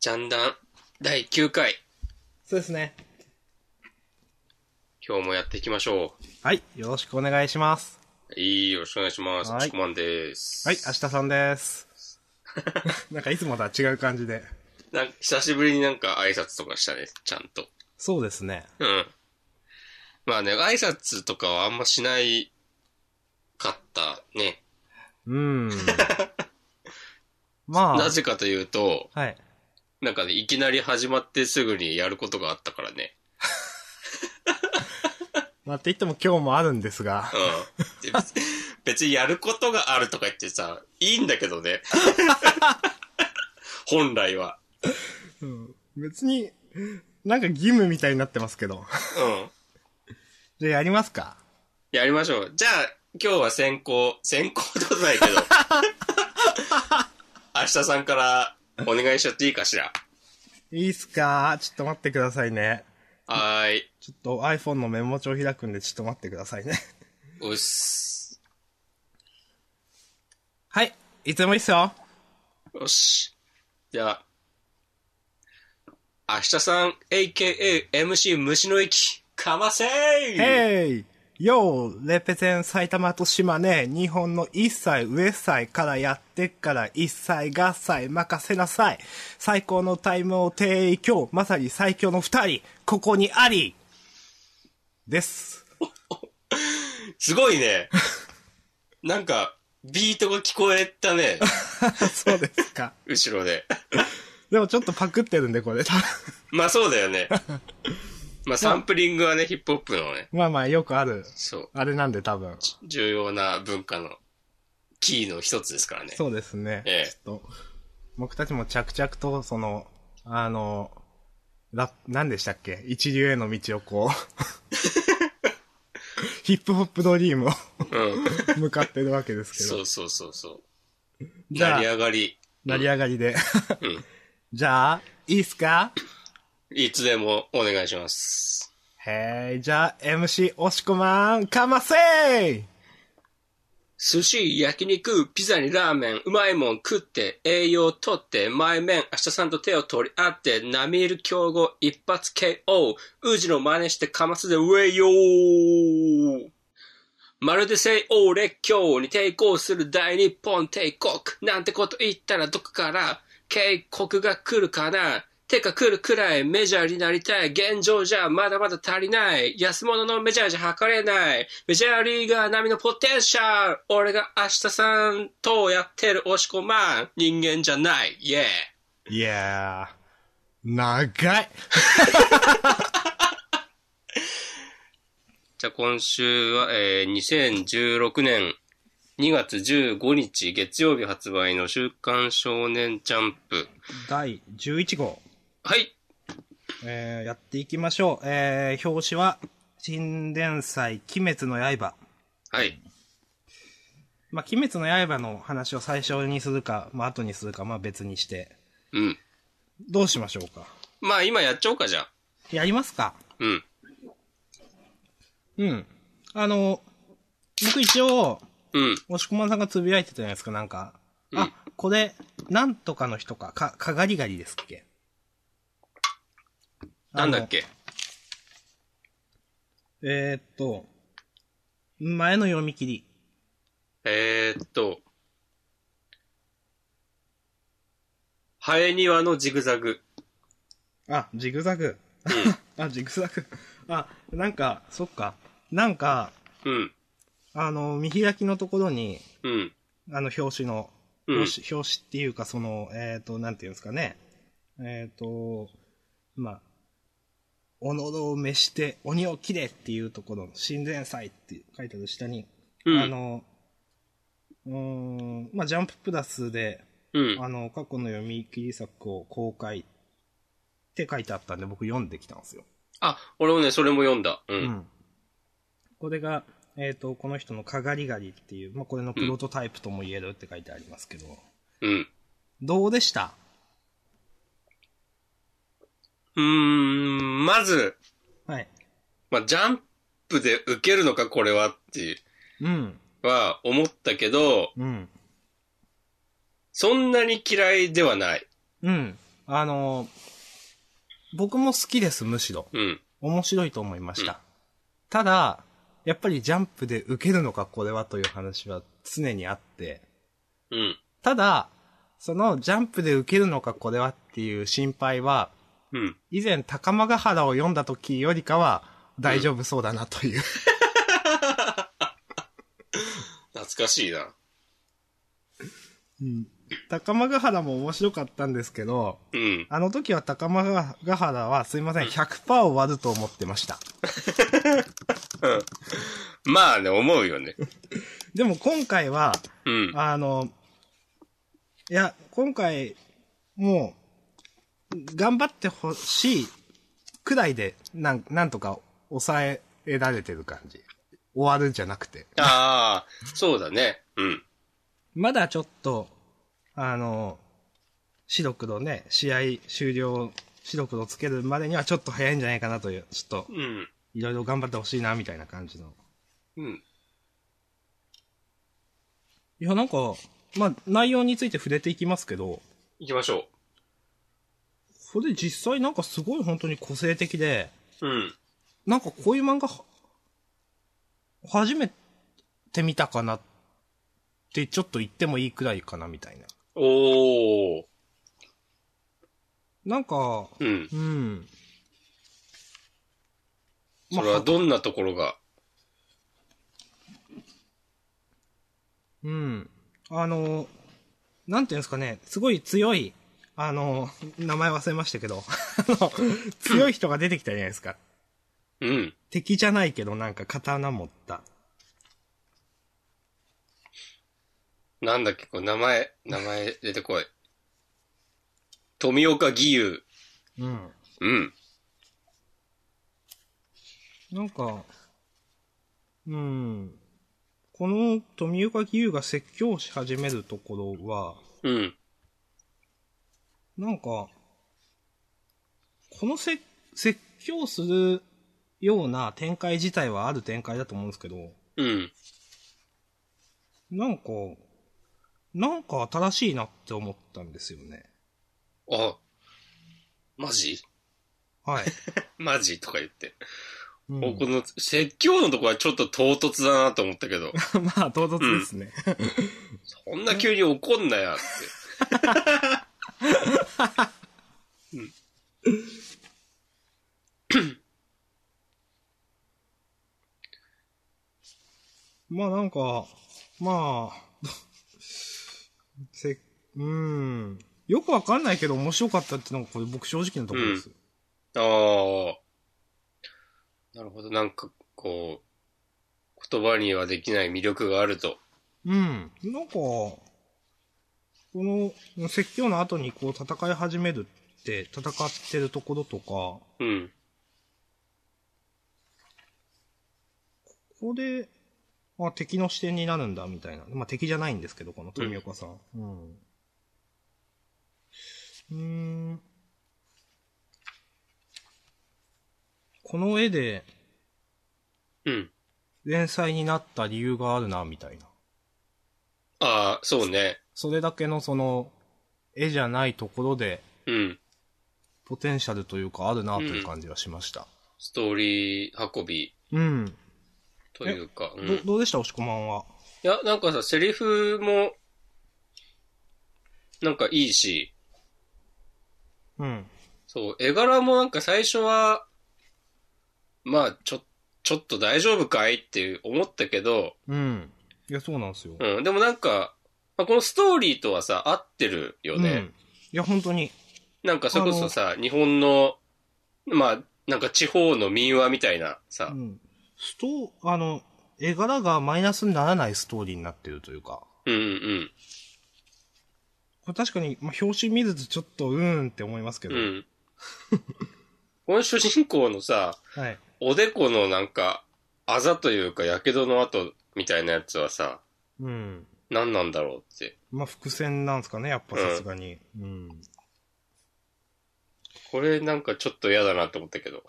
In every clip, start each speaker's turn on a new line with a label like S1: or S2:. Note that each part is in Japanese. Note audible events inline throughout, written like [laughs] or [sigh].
S1: ジャンダン第9回、
S2: そうですね。
S1: 今日もやっていきましょ
S2: はい。よろしくお願いします。
S1: う。いい、よろしくお願いします。
S2: はい
S1: チコマンです。
S2: はい。明日さん [laughs] です。なんかいつもとは違う感じで。
S1: なんか久しぶりになんか挨拶とかしたね、ちゃんと。
S2: そうですね。
S1: うん。まあね、挨拶とかはあんましないかったね。
S2: うー [laughs] ん。まあ
S1: な、ぜかというと、
S2: はい。
S1: なんかね、いきなり始まってすぐにやることがあったからね。
S2: まあ、って言っても今日もあるんですが。 [laughs]
S1: うん。で別別にやることがあるとか言ってさ、いいんだけど
S2: [laughs]
S1: ね。本来は。
S2: うん、別に、なんか義務みたいになってますけど。
S1: うん。
S2: じゃあやりますか
S1: やりましょう。じゃあ、今日は先行、先行ってことないけど。明日さんからお願いしちゃっていいかしら。
S2: いいっすかちょっと待ってくださいね。
S1: はーい。
S2: ちょっと iPhone のメモ帳開くんでちょっと待ってくださいね。
S1: うっす。
S2: はい。いつでもいいっすよ。
S1: よし。じゃあ、明日さん、AKA MC 虫の息、かませー
S2: ヘイようレペゼン埼玉と島根、日本の一歳上歳からやってっから一歳合歳任せなさい。最高のタイムを提供、まさに最強の二人、ここにありです。
S1: すごいね。なんか、ビートが聞こえたね。
S2: そうですか。
S1: 後ろで。
S2: でもちょっとパクってるんで、これ。 [laughs] 多分
S1: まあそうだよね。まあサンプリングはね、ヒップホップのね、
S2: まあまあ、よくある、
S1: そう、
S2: あれなんで多分。
S1: 重要な文化のキーの一つですからね。
S2: そうですね。
S1: ええ
S2: ちょっと、僕たちも着々と、その、あの、ラ何でしたっけ一流への道を
S1: [laughs]
S2: こう、ヒップホップドリームを [laughs]
S1: うん。
S2: 向かってるわけですけ
S1: そ
S2: ど。
S1: うそうそうそう。
S2: じゃあ
S1: 成り上がり。
S2: 成り上がりで。
S1: うん。
S2: [laughs] じゃあ、いいっすか
S1: いつでもお願いします。
S2: へい、じゃあ、MC 押し込まん、かませー
S1: 寿司、焼肉、ピザにラーメン、うまいもん食って、栄養とって、前面、明日さんと手を取り合って、並みいる競合、一発 KO、宇治の真似してかますでウェイヨーまるで西欧列強に抵抗する大日本帝国なんてこと言ったらどこから警告が来るかなてか来るくらいメジャーになりたい。現状じゃまだまだ足りない。安物のメジャーじゃ測れない。メジャーリーガー並みのポテンシャル。俺が明日さんとやってる押し込まん。人間じゃない。イェー。
S2: いやー、長い
S1: じゃあ今週は、えー、2016年2月15日月曜日発売の週刊少年ジャンプ。
S2: 第11号。
S1: はい。
S2: えーやっていきましょう。えー表紙は、新伝祭、鬼滅の刃。
S1: はい。
S2: まあ、鬼滅の刃の話を最初にするか、まあ、後にするか、まあ、別にして。
S1: うん。
S2: どうしましょうか。
S1: まあ今やっちゃおうかじゃあ。
S2: やりますか
S1: うん。
S2: うん。あの、僕一応、
S1: うん。
S2: 押し込まんさんがつぶやいてたじゃないですか、なんか。
S1: うん
S2: あ、これ、なんとかの人か、か、かがりがりですっけ
S1: なんだっけ
S2: あのえーっと、前の読み切り。
S1: えー、っと。ハエニワのジグザグ。
S2: あ、ジグザグ。 [laughs] あ、ジグザグ。あ、なんか、そっか。なんか、
S1: うん。
S2: あの、見開きのところに、
S1: うん。
S2: あの、表紙の、
S1: うん
S2: 表紙、表紙っていうか、その、えっ、と、なんていうんですかね。えっ、と、まあ、おのろを召して鬼を切れっていうところの、神前祭って書いてある下に、
S1: うん
S2: あの、うーん、まあ、ジャンププラスで、
S1: うん。
S2: あの、過去の読み切り作を公開って書いてあったんで、僕読んできたんですよ。
S1: あ、俺もね、それも読んだ。うん。
S2: うんこれが、えっ、と、この人のかがりがりっていう、まあ、これのプロトタイプとも言えるって書いてありますけど、
S1: うん。
S2: どうでした
S1: うーん、まず、
S2: はい。
S1: まあ、ジャンプで受けるのか、これはっていう、
S2: うん。
S1: は思ったけど、
S2: うん。
S1: そんなに嫌いではない。
S2: うん。あの、僕も好きです、むしろ。
S1: うん。
S2: 面白いと思いました。ただ、やっぱりジャンプで受けるのか、これはという話は常にあって。
S1: うん。
S2: ただ、そのジャンプで受けるのか、これはっていう心配は、
S1: うん。
S2: 以前、高間ヶ原を読んだ時よりかは、大丈夫そうだなという。
S1: 懐かしいな。
S2: うん、高間ヶ原も面白かったんですけど、
S1: うん。
S2: あの時は高間ヶ原は、すいません、100%を割ると思ってました。
S1: まあね、思うよね。
S2: でも今回は、
S1: うん。
S2: あの、いや、今回、もう、頑張ってほしいくらいで、なん、なんとか抑えられてる感じ。終わるんじゃなくて。
S1: ああ、そうだね。うん。
S2: まだちょっと、あの、白黒ね、試合終了、白黒つけるまでにはちょっと早いんじゃないかなという、ちょっと、
S1: うん。
S2: いろいろ頑張ってほしいな、みたいな感じの。
S1: うん。
S2: いや、なんか、まあ、内容について触れていきますけど、
S1: 行きましょ
S2: これ実際なんかすごい本当に個性的で、
S1: う。うん。
S2: なんかこういう漫画は、初めて見たかなってちょっと言ってもいいくらいかなみたいな。
S1: おー。
S2: なんか、
S1: うん。
S2: うん。
S1: それはどんなところが。
S2: うん。あの、なんていうんですかね、すごい強い、あの、名前忘れましたけど、 [laughs] あの、強い人が出てきたじゃないですか。
S1: うん。
S2: 敵じゃないけどなんか刀持った。
S1: なんだっけ、これ名前、名前出てこい。富岡義勇。
S2: うん。
S1: うん。
S2: なんか、うん。この富岡義勇が説教し始めるところは、
S1: うん。
S2: なんか、このせ説教するような展開自体はある展開だと思うんですけど、
S1: うん。
S2: なんか、なんか新しいなって思ったんですよね。
S1: あ、マジ
S2: はい。
S1: マジとか言って。
S2: うん
S1: 僕この説教のとこはちょっと唐突だなと思ったけど、
S2: [laughs] まあ、唐突ですね。
S1: そんな急に怒んなやって。
S2: まあなんか、まあ、 [laughs] せ、うーん。よくわかんないけど面白かったってのがこれ僕正直なところです。
S1: ああ。なるほど。なんか、こう、言葉にはできない魅力があると。
S2: うん。なんか、この説教の後にこう戦い始めるって、戦ってるところとか、こ
S1: うん。
S2: こで、あ、敵の視点になるんだみたいな。まあ敵じゃないんですけど、この富岡さん。うん。うーん。この絵で、
S1: うん。
S2: 連載になった理由があるな、みたいな。
S1: ああ、そうね。
S2: それだけのその、絵じゃないところで、
S1: うん。
S2: ポテンシャルというかあるな、という感じがしました。
S1: ストーリー運び
S2: うん。
S1: というか。うん、
S2: ど、
S1: い
S2: どうでした、押し込まんは。
S1: や、なんかさ、セリフも、なんかいいし、
S2: うん。
S1: そう、絵柄もなんか最初は、まあ、ちょ、ちょっと大丈夫かいって思ったけど、
S2: うん。いや、そうなんですよ。
S1: うん、でもなんか、まあこのストーリーとはさ、合ってるよね。
S2: うん。いや、本当に。
S1: なんかそれこそさ、日本の、まあ、なんか地方の民話みたいな
S2: う
S1: さ、
S2: ん。ストー、あの、絵柄がマイナスにならないストーリーになってるというか。
S1: うんうん
S2: これ確かに、まあ、表紙見るとちょっと、うーんって思いますけ
S1: うん。う
S2: ど。
S1: ん。この主人公のさ、
S2: はい。
S1: おでこのなんか、あざというか、やけどの跡みたいなやつはさ、
S2: うん。
S1: 何なんだろうって。
S2: まあ、伏線なんですかね、やっぱさすがに。うん
S1: これなんかちょっと嫌だなと思ったけど。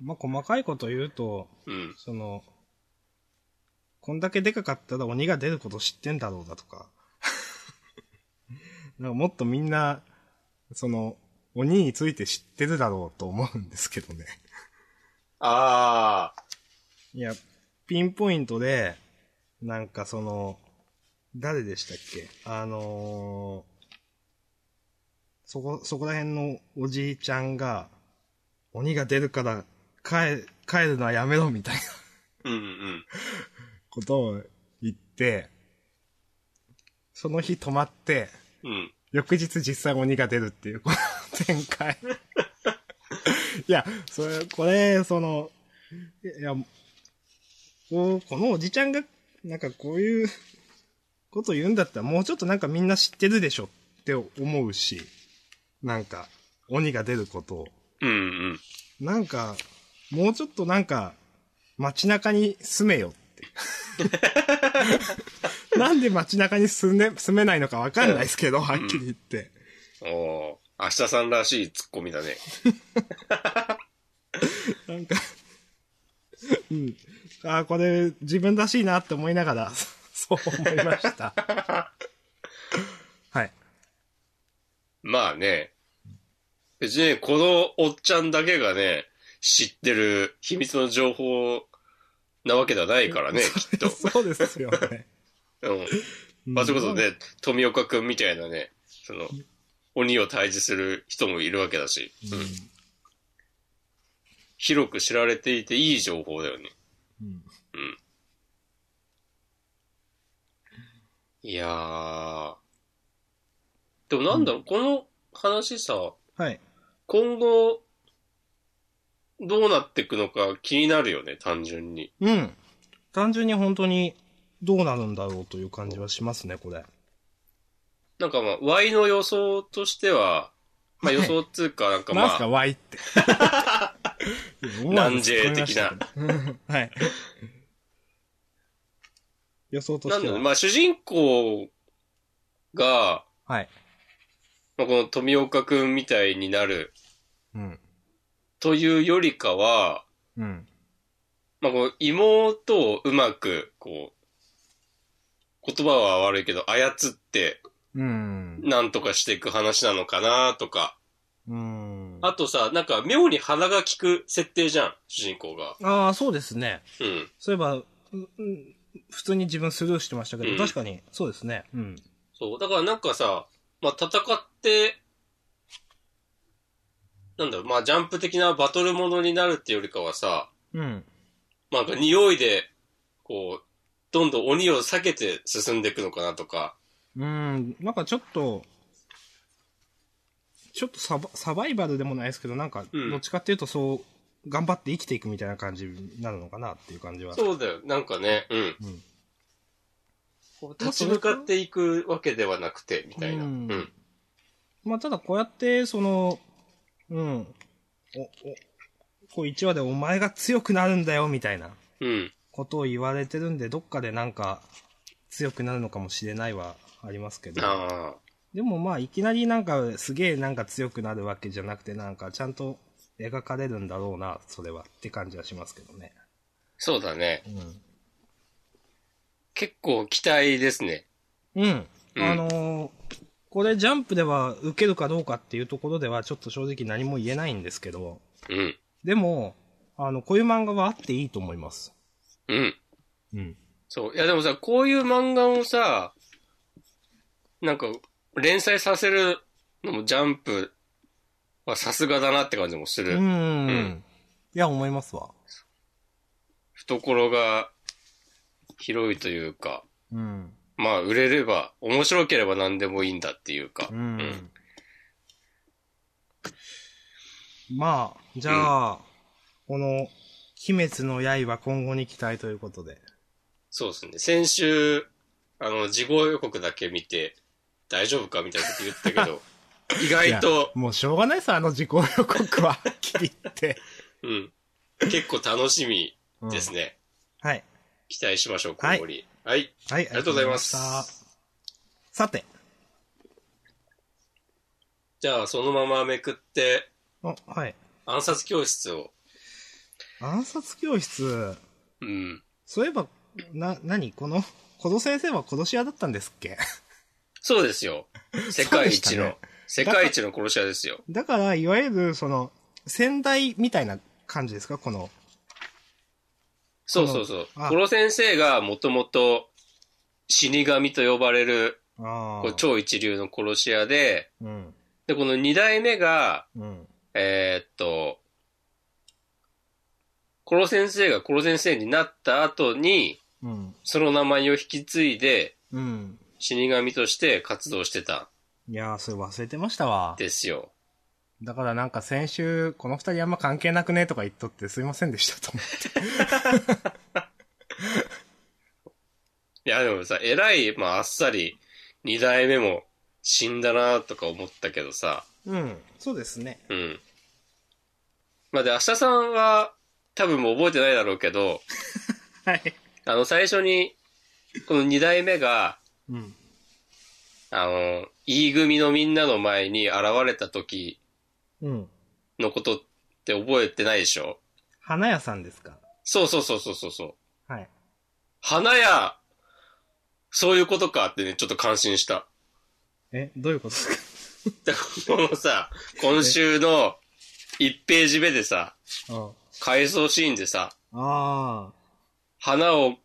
S2: まあ、細かいこと言うと、
S1: うん。
S2: その、こんだけでかかったら鬼が [laughs] 出ること知ってんだろうだとか。なんかもっとみんな、その、鬼について知ってるだろうと思うんですけどね。
S1: ああ、
S2: いや、ピンポイントで、なんかその、誰でしたっけあのーそこ、そこら辺のおじいちゃんが、鬼が出るから、帰、帰るのはやめろみたい
S1: う
S2: な
S1: んうん。
S2: ことを言って、その日泊まって、
S1: うん。
S2: 翌日実際鬼が出るっていう、この展開。 [laughs] いや、それ、これ、その、いや、こう、このおじちゃんが、なんかこういうこと言うんだったら、もうちょっとなんかみんな知ってるでしょって思うし、なんか、鬼が出ることを。
S1: うんうん。
S2: なんか、もうちょっとなんか、街中に住めよって。なんで街中に住んで、住めないのかわかんないですけど、はっきり言って。
S1: おおー明日さんらしいツッコミだね。
S2: なんか、うん。ああ、これ自分らしいなって思いな
S1: [laughs]
S2: がら、そう思いました。 [laughs] はい。
S1: まあね。別にね、このおっちゃんだけがね、知ってる秘密の情報なわけではないから [laughs] ね、きっと。
S2: そうですよね。
S1: うん。まあ、それこそね、富岡くんみたいなね、その、鬼を退治する人もいるわけだし、うん広く知られていていい情報だよね。
S2: うん。
S1: いやー。でもなんだろう、この話さ、
S2: はい。
S1: 今後、どうなっていくのか気になるよね、単純に。
S2: うん。単純に本当にどうなるんだろうという感じはしますね、これ。
S1: なんかまあ、Y の予想としては、まあ
S2: はい
S1: 予想っつうか、なんか
S2: なんす
S1: ま
S2: か、
S1: あ、
S2: ワイって。
S1: [laughs] 南西的な。
S2: [laughs] はい。予想と
S1: な
S2: し
S1: ん
S2: て
S1: だ
S2: は。
S1: ろう、まあ主人公が、
S2: はい。
S1: まあ、この富岡くんみたいになる
S2: うん。
S1: というよりかは、
S2: うん。
S1: まあ、こう妹をうまく、こう、言葉は悪いけど、操って、
S2: うん。
S1: なんとかしていく話なのかなとか。
S2: うん。
S1: あとさ、なんか妙に鼻が利く設定じゃん、主人公が。
S2: ああ、そうですね。
S1: うん。
S2: そういえば、ううん普通に自分スルーしてましたけど、
S1: うん
S2: 確かに、そうですね。うん。
S1: そう。だからなんかさ、まあ、戦って、なんだろう、まあ、ジャンプ的なバトルものになるっていうよりかはさ、
S2: うん。
S1: まあ、なんか匂いで、こう、どんどん鬼を避けて進んでいくのかなとか。
S2: うん。なんかちょっと、ちょっとサバサバイバルでもないですけど、なんか、
S1: うん
S2: どっちかっていうとそう、頑張って生きていくみたいな感じになるのかなっていう感じは。
S1: そうだよ、なんかね、うん。
S2: うん
S1: こう立ち向かっていくわけではなくて、みたいな。う
S2: うん
S1: ん。
S2: まあ、ただこうやって、その、うん、お、お、こう1話でお前が強くなるんだよ、みたいな
S1: うん。
S2: ことを言われてるんで、どっかでなんか、強くなるのかもしれないはありますけど。
S1: ああ。
S2: でもまあ、いきなりなんか、すげえなんか強くなるわけじゃなくて、なんか、ちゃんと描かれるんだろうな、それは、って感じはしますけどね。
S1: そうだね。
S2: う
S1: 結構期待ですね。
S2: ん。うん。
S1: うん
S2: あのーこれ、ジャンプでは受けるかどうかっていうところでは、ちょっと正直何も言えないんですけど、
S1: うん。
S2: でも、あの、こういう漫画はあっていいと思います。
S1: うん。
S2: うん。
S1: そう。いやでもさ、こういう漫画をさ、なんか、連載させるのもジャンプはさすがだなって感じもす
S2: う
S1: る。
S2: ん。
S1: うん
S2: いや、思いますわ。
S1: 懐が広いというか、
S2: うん。
S1: まあ、売れれば、面白ければ何でもいいんだっていうか。
S2: うん。
S1: うん
S2: まあ、じゃあ、この、鬼滅の刃今後に期待ということで。
S1: そうですね。先週、あの、事後予告だけ見て、大丈夫かみたいなこと言った [laughs] けど、意外と
S2: いや、もうしょうがないさ、あの自己予告は、は [laughs] っきり言って。
S1: うん。結構楽しみです
S2: ね。
S1: ね。
S2: はい。
S1: 期待しましょう、今後に。はい。
S2: はい、あ
S1: りがとうございます
S2: りがとうございました。さて、
S1: じゃあ、そのままめくって、
S2: あ、はい。
S1: 暗殺教室を。
S2: 暗殺教室、
S1: うん。
S2: そういえば、な、何この、この先生は殺し屋だったんですっけ
S1: そうですよ。世界一の。世界一の殺し屋ですよ。
S2: [laughs] だから、いわゆる、その、先代みたいな感じですかこの。
S1: そうそうそう。
S2: あ
S1: この先生がもともと死神と呼ばれる
S2: あ
S1: こう超一流の殺し屋で、
S2: うん。
S1: で、この二代目が、
S2: うん。
S1: えーっと、コロ先生がコロ先生になった後に、
S2: うん。
S1: その名前を引き継いで、
S2: うん。
S1: 死神として活動してた
S2: いやー、それ忘れてましたわ
S1: ん。ですよ。
S2: だからなんか先週、この二人あんま関係なくねとか言っとってすいませんでしたと思って。
S1: いや、でもさ、偉い、まあ、あっさり、二代目も死んだなとか思ったけどさ、
S2: うん。そうですね。
S1: うん。まあ、で、明日さんは、多分もう覚えてないだろうけど、
S2: はい。
S1: あの、最初に、この二代目が、
S2: うん。
S1: あの、E 組のみんなの前に現れた時
S2: うん。
S1: のことって覚えてないでしょ
S2: 花屋さんですか
S1: そうそうそうそうそうそう。
S2: はい。
S1: 花屋、そういうことかってね、ちょっと感心した。
S2: え、どういうことですか
S1: でこのさ、今週の1ページ目でさ、
S2: あ
S1: 回想シーンでさ、
S2: あ
S1: 花を、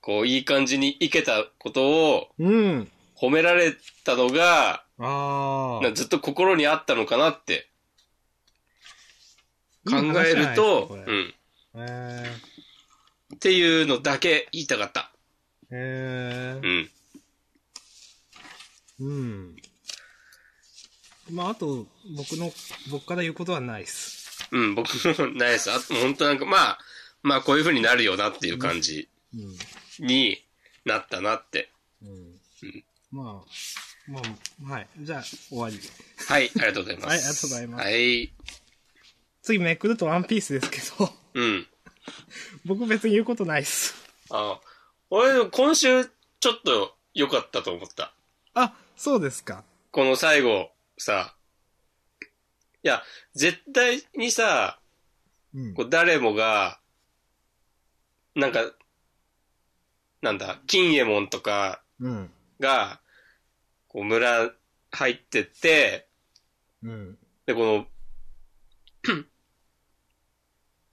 S1: こう、いい感じに生けたことを
S2: ー。うん。
S1: 褒められたのが、
S2: あ
S1: な
S2: あ。
S1: ずっと心にあったのかなって考えると、う
S2: い
S1: ん。
S2: い話じゃないですかこれ
S1: っていうのだけ言いたかった。
S2: えー、え
S1: うん。
S2: ー、うん。まあ、あと、僕の、僕から言うことはないです。
S1: うん、僕もないです。あと、本当なんか、まあ、まあ、こういう風になるよなっていう感じ
S2: うん。
S1: になったなって。
S2: うん。まあ、まあ、はい。じゃあ、終わり。
S1: はい、ありがとうございます。
S2: はいありがとうございます
S1: はい、
S2: 次めくるとワンピースですけど、 [laughs]
S1: うん。
S2: 僕別に言うことないっす。
S1: あ、俺、今週、ちょっと良かったと思った。
S2: あ、そうですか。
S1: この最後、さ、いや、絶対にさ、
S2: うん
S1: こう誰もが、なんか、なんだ、金右衛門とか
S2: うん。
S1: が、こう村入ってって、
S2: うん。
S1: で、この、 [clears throat]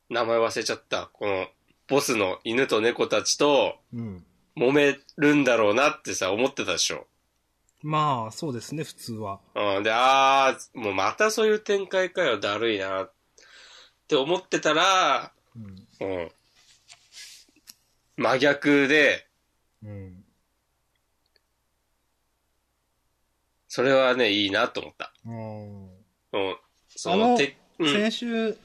S1: 名前忘れちゃった。この、ボスの犬と猫たちと
S2: うん。
S1: 揉めるんだろうなってさ、思ってたでしょ。
S2: まあ、そうですね、普通は。
S1: うん。で、あー、もうまたそういう展開かよ、だるいな。って思ってたら、
S2: うん。
S1: うん。真逆で、
S2: うん。
S1: それはね、いいなと思った。うん。そ
S2: あ
S1: の、
S2: の
S1: て、うん。
S2: 先週、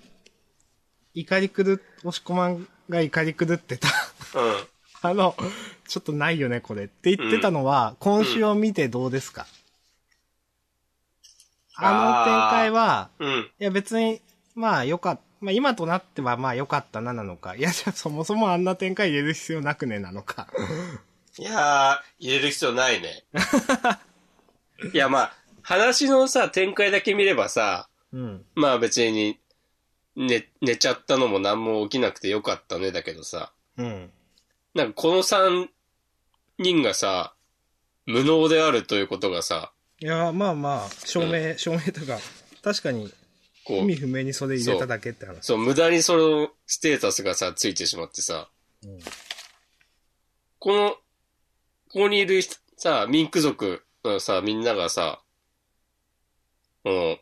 S2: 怒り狂っ、押し込まんが怒り狂ってた。 [laughs]
S1: うん。
S2: あの、ちょっとないよね、これって言ってたのは、今週を見てどうですか、
S1: うん
S2: あの展開は、
S1: うん。
S2: いや別に、まあよかった。まあ今となってはまあ良かったななのか。いやじゃあそもそもあんな展開入れる必要なくねなのか。
S1: いやー、入れる必要ない [laughs] ね。いや、まあ、話のさ、展開だけ見ればさ、
S2: うん。
S1: まあ別に、寝、寝ちゃったのも何も起きなくてよかったねだけどさ、
S2: うん。
S1: なんかこの3人がさ、無能であるということがさ、
S2: いやまあまあ、証明、証明とか、確かに
S1: こ
S2: 意
S1: う
S2: 味、不明にそれ入れただけって話。
S1: そう、無駄にそのステータスがさ、ついてしまってさ、
S2: うん
S1: この、ここにいる人さ、民ク族のさ、みんながさ、この、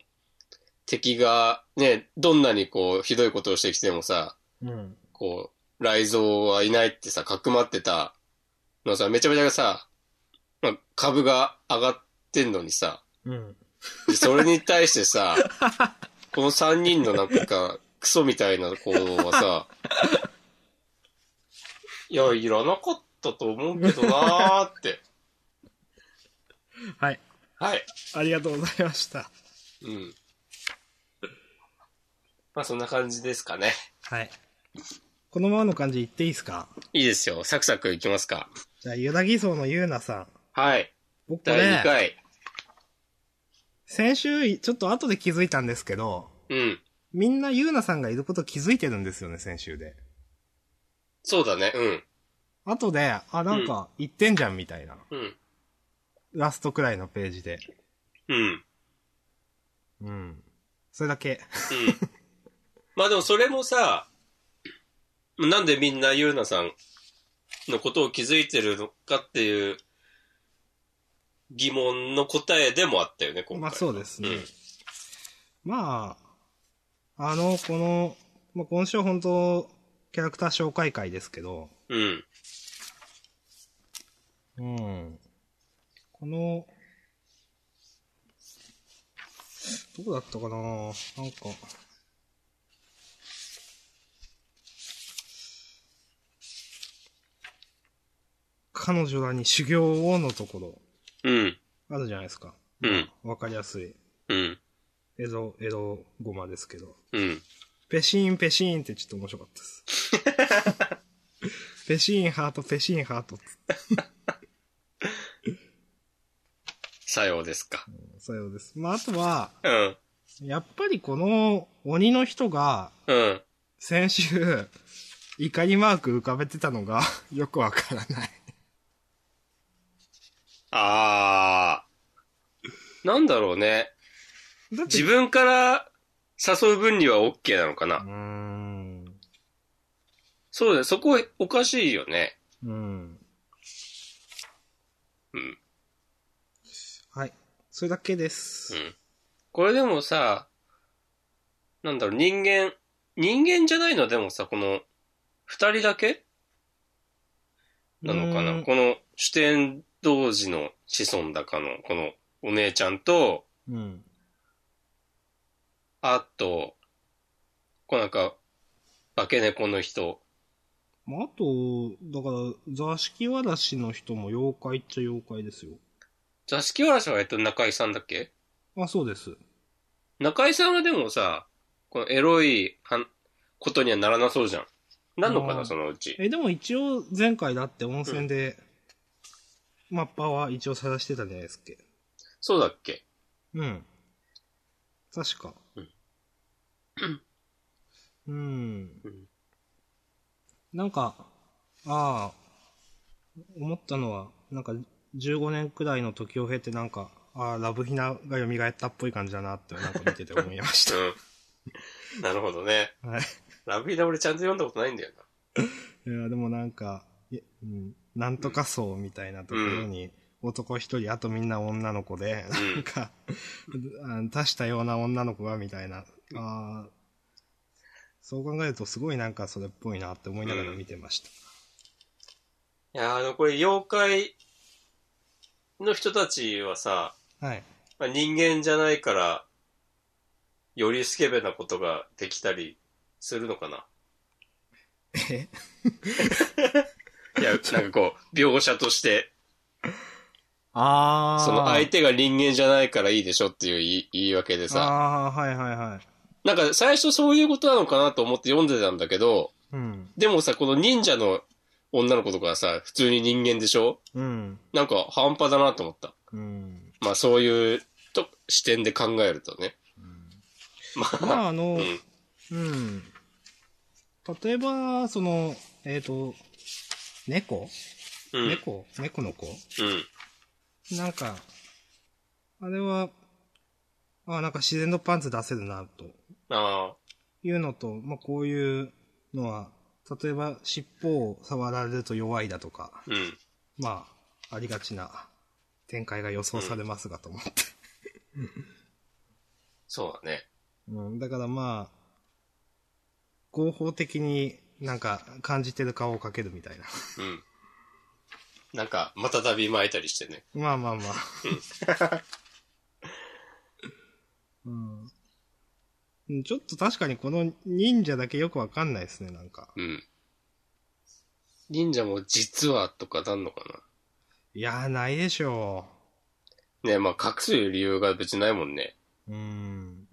S1: 敵が、ね、どんなにこう、ひどいことをしてきてもさ、
S2: うん。
S1: こう、雷蔵はいないってさ、かくまってたのさ、めちゃめちゃさ、まあ、株が上がってんのにさ、
S2: うん。
S1: でそれに対してさ、この三人のなんか、クソみたいな行動はさ、いや、いらなかったと思うけどなーって。
S2: はい。
S1: はい。
S2: ありがとうございました。
S1: うん。まあ、そんな感じですかね。
S2: はい。このままの感じ言っていいですか
S1: いいですよ。サクサクいきますか。
S2: じゃあ、ユダギソのユーナさん。
S1: はい。
S2: 僕こ
S1: 第2
S2: れ、
S1: 回。
S2: 先週、ちょっと後で気づいたんですけど、
S1: うん。
S2: みんなユーナさんがいること気づいてるんですよね、先週で。
S1: そうだね。うん。
S2: 後で、あ、なんか、言ってんじゃんみたいな。
S1: うん。
S2: ラストくらいのページで。
S1: うん。
S2: うん。それだけ。
S1: まあでもそれもさ、なんでみんなゆうなさんのことを気づいてるのかっていう疑問の答えでもあったよね、今回。
S2: まあそうですね
S1: ん。
S2: まあ、あの、この、まあ、今週本当、キャラクター紹介会ですけど、
S1: うん。
S2: うん。この、どうだったかななんか、彼女らに修行をのところ、
S1: うん。
S2: あるじゃないですか。
S1: うん。
S2: わかりやすい。
S1: うん。
S2: エロ、エロゴマですけど。
S1: うん。
S2: ペシーン、ペシーンってちょっと面白かったです。ペシーン、ハート、ペシーン、ハートって。
S1: 作用ですか。
S2: そういうことです。まあ、あとは、
S1: うん。
S2: やっぱりこの鬼の人が、
S1: うん。
S2: 先週、怒りマーク浮かべてたのが、 [laughs] よくわからない。
S1: あー。なんだろうね。
S2: だって
S1: 自分から誘う分には OK なのかな。
S2: うーん。
S1: そうだよ。そこおかしいよね。
S2: うん。
S1: うん。
S2: はい。それだけで
S1: う
S2: す。
S1: ん。これでもさ、なんだろう、人間、人間じゃないのはでもさ、この、二人だけなのか
S2: う
S1: なんこの、主典同時の子孫だかの、この、お姉ちゃんと、
S2: うん。
S1: あと、こうなんか、化け猫の人。
S2: まあ、あと、だから、座敷わらしの人も妖怪っちゃ妖怪ですよ。
S1: 座敷わらしはえっと中井さんだっけ
S2: あ、そうです。
S1: 中井さんはでもさ、このエロいはんことにはならなそうじゃん。なんのか
S2: あ
S1: な、
S2: ー
S1: そのうち。
S2: え、でも一応前回だって温泉で、マッパは一応探してたじゃないですか。
S1: そうだっけ
S2: うん。確か。う
S1: う
S2: ん。
S1: ん
S2: なんか、ああ、思ったのは、なんか15年くらいの時を経てなんか、ああ、ラブヒナが蘇ったっぽい感じだなって、なんか見てて思いま [laughs] した。
S1: うん。なるほどね。
S2: はい。
S1: ラブヒダ俺ちゃんと読んだことないんだよ
S2: いや、でもなんか、いうん、なんとか層みたいなところに、男一人、あとみんな女の子で、 [laughs]
S1: ん
S2: なんか、あの足したような女の子が、みたいな。あーそう考えると、すごいなんかそれっぽいなって思いながら見てました。
S1: な。いやーあの、これ妖怪の人たちはさ、
S2: はい。
S1: まあ、人間じゃないから、よりスケベなことができたりするのかな。
S2: え
S1: いや、なんかこう、描写として、
S2: あ
S1: その相手が人間じゃないからいいでしょっていう言い言い訳でさ、
S2: ああー、はいはいはい。
S1: なんか最初そういうことなのかなと思って読んでたんだけど、
S2: うん。
S1: でもさ、この忍者の女の子とかはさ、普通に人間でしょ
S2: うん。
S1: なんか半端だなと思った。
S2: うん。
S1: まあそういうと視点で考えるとね。ま
S2: まあ、
S1: あ、
S2: あの、
S1: うん。
S2: うん。例えば、その、えっ、と、猫、
S1: うん。うん。
S2: 猫猫の子なんか、あれは、あなんか自然のパンツ出せるな、と
S1: ああ。
S2: いうのと、まあ、こういうのは、例えば尻尾を触られると弱いだとか、
S1: うん。
S2: まあ、ありがちな展開が予想されますがと思って。
S1: そうだね。
S2: うん、だからまあ、合法的になんか感じてる顔をかけるみたいな。
S1: うん。なんか、またたび巻いたりしてね。
S2: まあまあまあ。うん、ちょっと確かにこの忍者だけよくわかんないですね、なんか。
S1: うん。忍者も実はとかなんのか
S2: いやー、ないでしょ
S1: な。ねまあ隠す理由が別にないもんね。
S2: う。うん。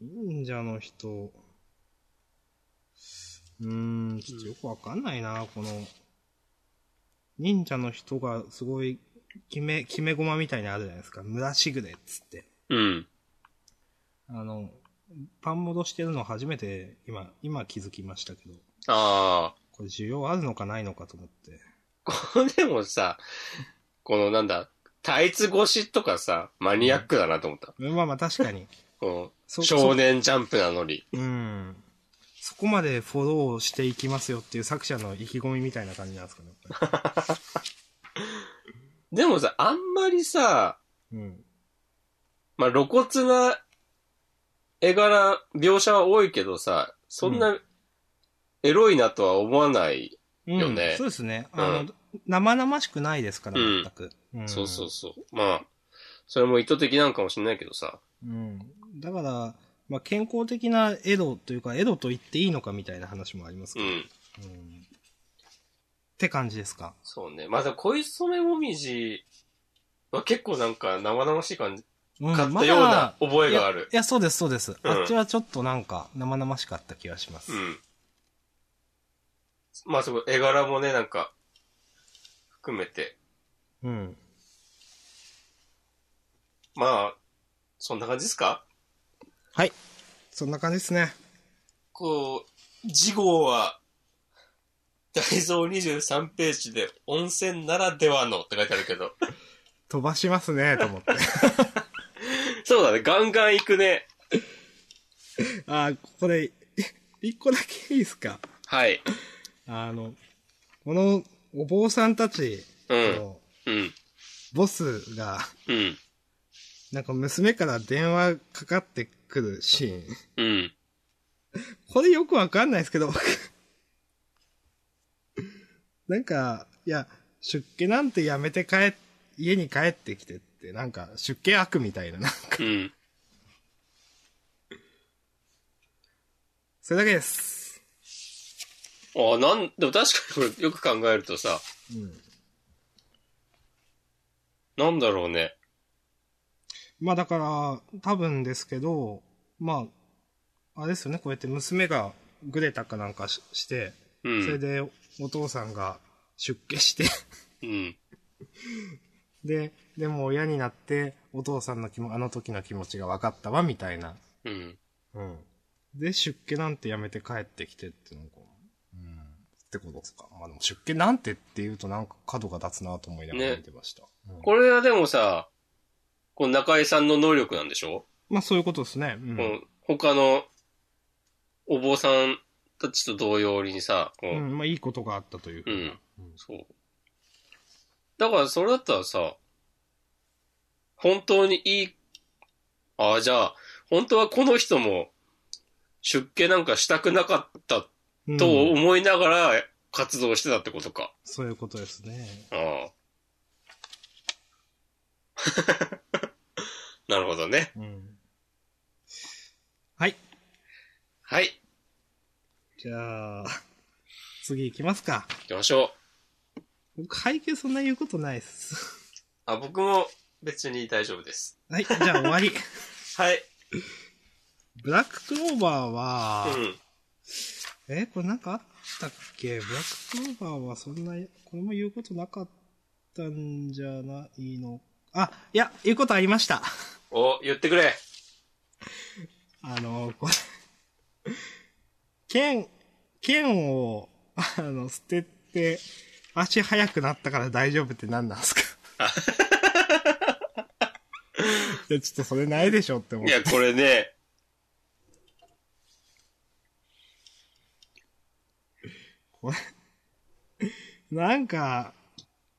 S2: 忍者の人。うーん、ちょっとよくわかんないな、この。忍者の人がすごい、決め、決め駒みたいにあるじゃないですか。村しぐれっつって。
S1: うん。
S2: あの、パン戻してるの初めて今、今気づきましたけど、
S1: ああ。
S2: これ需要あるのかないのかと思って。
S1: これでもさ、このなんだ、タイツ越しとかさ、マニアックだなと思った。
S2: まあまあ確
S1: [laughs]
S2: かに。
S1: うん、
S2: そ
S1: 少年ジャンプなのに。
S2: うん。そこまでフォローしていきますよっていう作者の意気込みみたいな感じなんですかね。やっぱ
S1: でもさ、あんまりさ、 [laughs]
S2: りうん。
S1: まあ、露骨な絵柄、描写は多いけどさ、そんな、エロいなとは思わない。
S2: うん
S1: よね
S2: そうですね。
S1: うん
S2: あの、生々しくないですから、
S1: うん
S2: 全く。ん
S1: そうそうそう。まあ、それも意図的なのかもしれないけどさ。
S2: うん。だから、まあ、健康的なエロというか、エロと言っていいのかみたいな話もあります
S1: う
S2: けど。
S1: ん。
S2: うんって感じですか。
S1: そうね。まあ、でも恋染めもみじは結構なんか生々しい感じ、
S2: うん
S1: 買ったような覚えがあ
S2: いや
S1: る。
S2: いや、そうです、そうです。
S1: うん
S2: あっちはちょっとなんか、生々しかった気がします。
S1: うん。まあ、そこ絵柄もね、なんか、含めて。
S2: うん。
S1: まあ、そんな感じですか
S2: はい。そんな感じですね。
S1: こう、次号は、大蔵23ページで温泉ならではのって書いてあるけど。
S2: 飛ばしますね、と思って。
S1: [laughs] そうだね、ガンガン行くね。
S2: あー、これ、一個だけいいですか
S1: はい。
S2: あの、この、お坊さんたち
S1: うん。
S2: の、
S1: うん。
S2: ボスが、 [laughs]
S1: うん。
S2: なんか娘から電話かかってくるシーン。
S1: うん。
S2: これよくわかんないですけど、僕 [laughs] なんか、いや、出家なんてやめて帰っ、家に帰ってきてって、なんか、出家悪みたいな、なんか、
S1: うん。
S2: それだけです。
S1: あ、なん、でも確かにこれよく考えるとさ、
S2: うん。
S1: なんだろうね。
S2: まあだから、多分ですけど、まあ、あれですよね、こうやって娘がグレたかなんかしして、
S1: う
S2: それ
S1: ん。
S2: でお父さんが出家して、
S1: うん。
S2: で、でも親になって、お父さんの気も、あの時の気持ちが分かったわ、みたいな。
S1: うん。
S2: うん。で、出家なんてやめて帰ってきてってなんか、うん。ってことですか。まあでも出家なんてって言うとなんか角が立つなと思いながら
S1: ね
S2: 見てました。うん
S1: これはでもさ、この中井さんの能力なんでしょ、
S2: まあそういうことですね。うん。
S1: う他のお坊さんたちと同様にさ、こう
S2: うんまあいいことがあったというふうな。
S1: そう。だからそれだったらさ、本当にいい、ああ、じゃあ、本当はこの人も出家なんかしたくなかった
S2: うん
S1: と思いながら活動してたってことか。
S2: そういうことですね。
S1: ああ。 [laughs] なるほどね。
S2: うん。はい。
S1: はい。
S2: じゃあ、次行きますか。
S1: 行きましょう。
S2: 僕、背景そんな言うことないです。
S1: あ、僕も別に大丈夫です。
S2: はい。じゃあ終わり。
S1: はい。
S2: ブラッククローバーは、
S1: うん。
S2: え、これなんかあったっけブラッククローバーはそんな、これも言うことなかったんじゃないのあ、いや、言うことありました。 [laughs]
S1: お、言ってくれ。
S2: あの、これ、剣、剣を、あの、捨てて、足速くなったから大丈夫って何なんすかいや、ちょっとそれないでしょって思っ
S1: い
S2: て。
S1: や、これね、
S2: これ、 [laughs] なんか、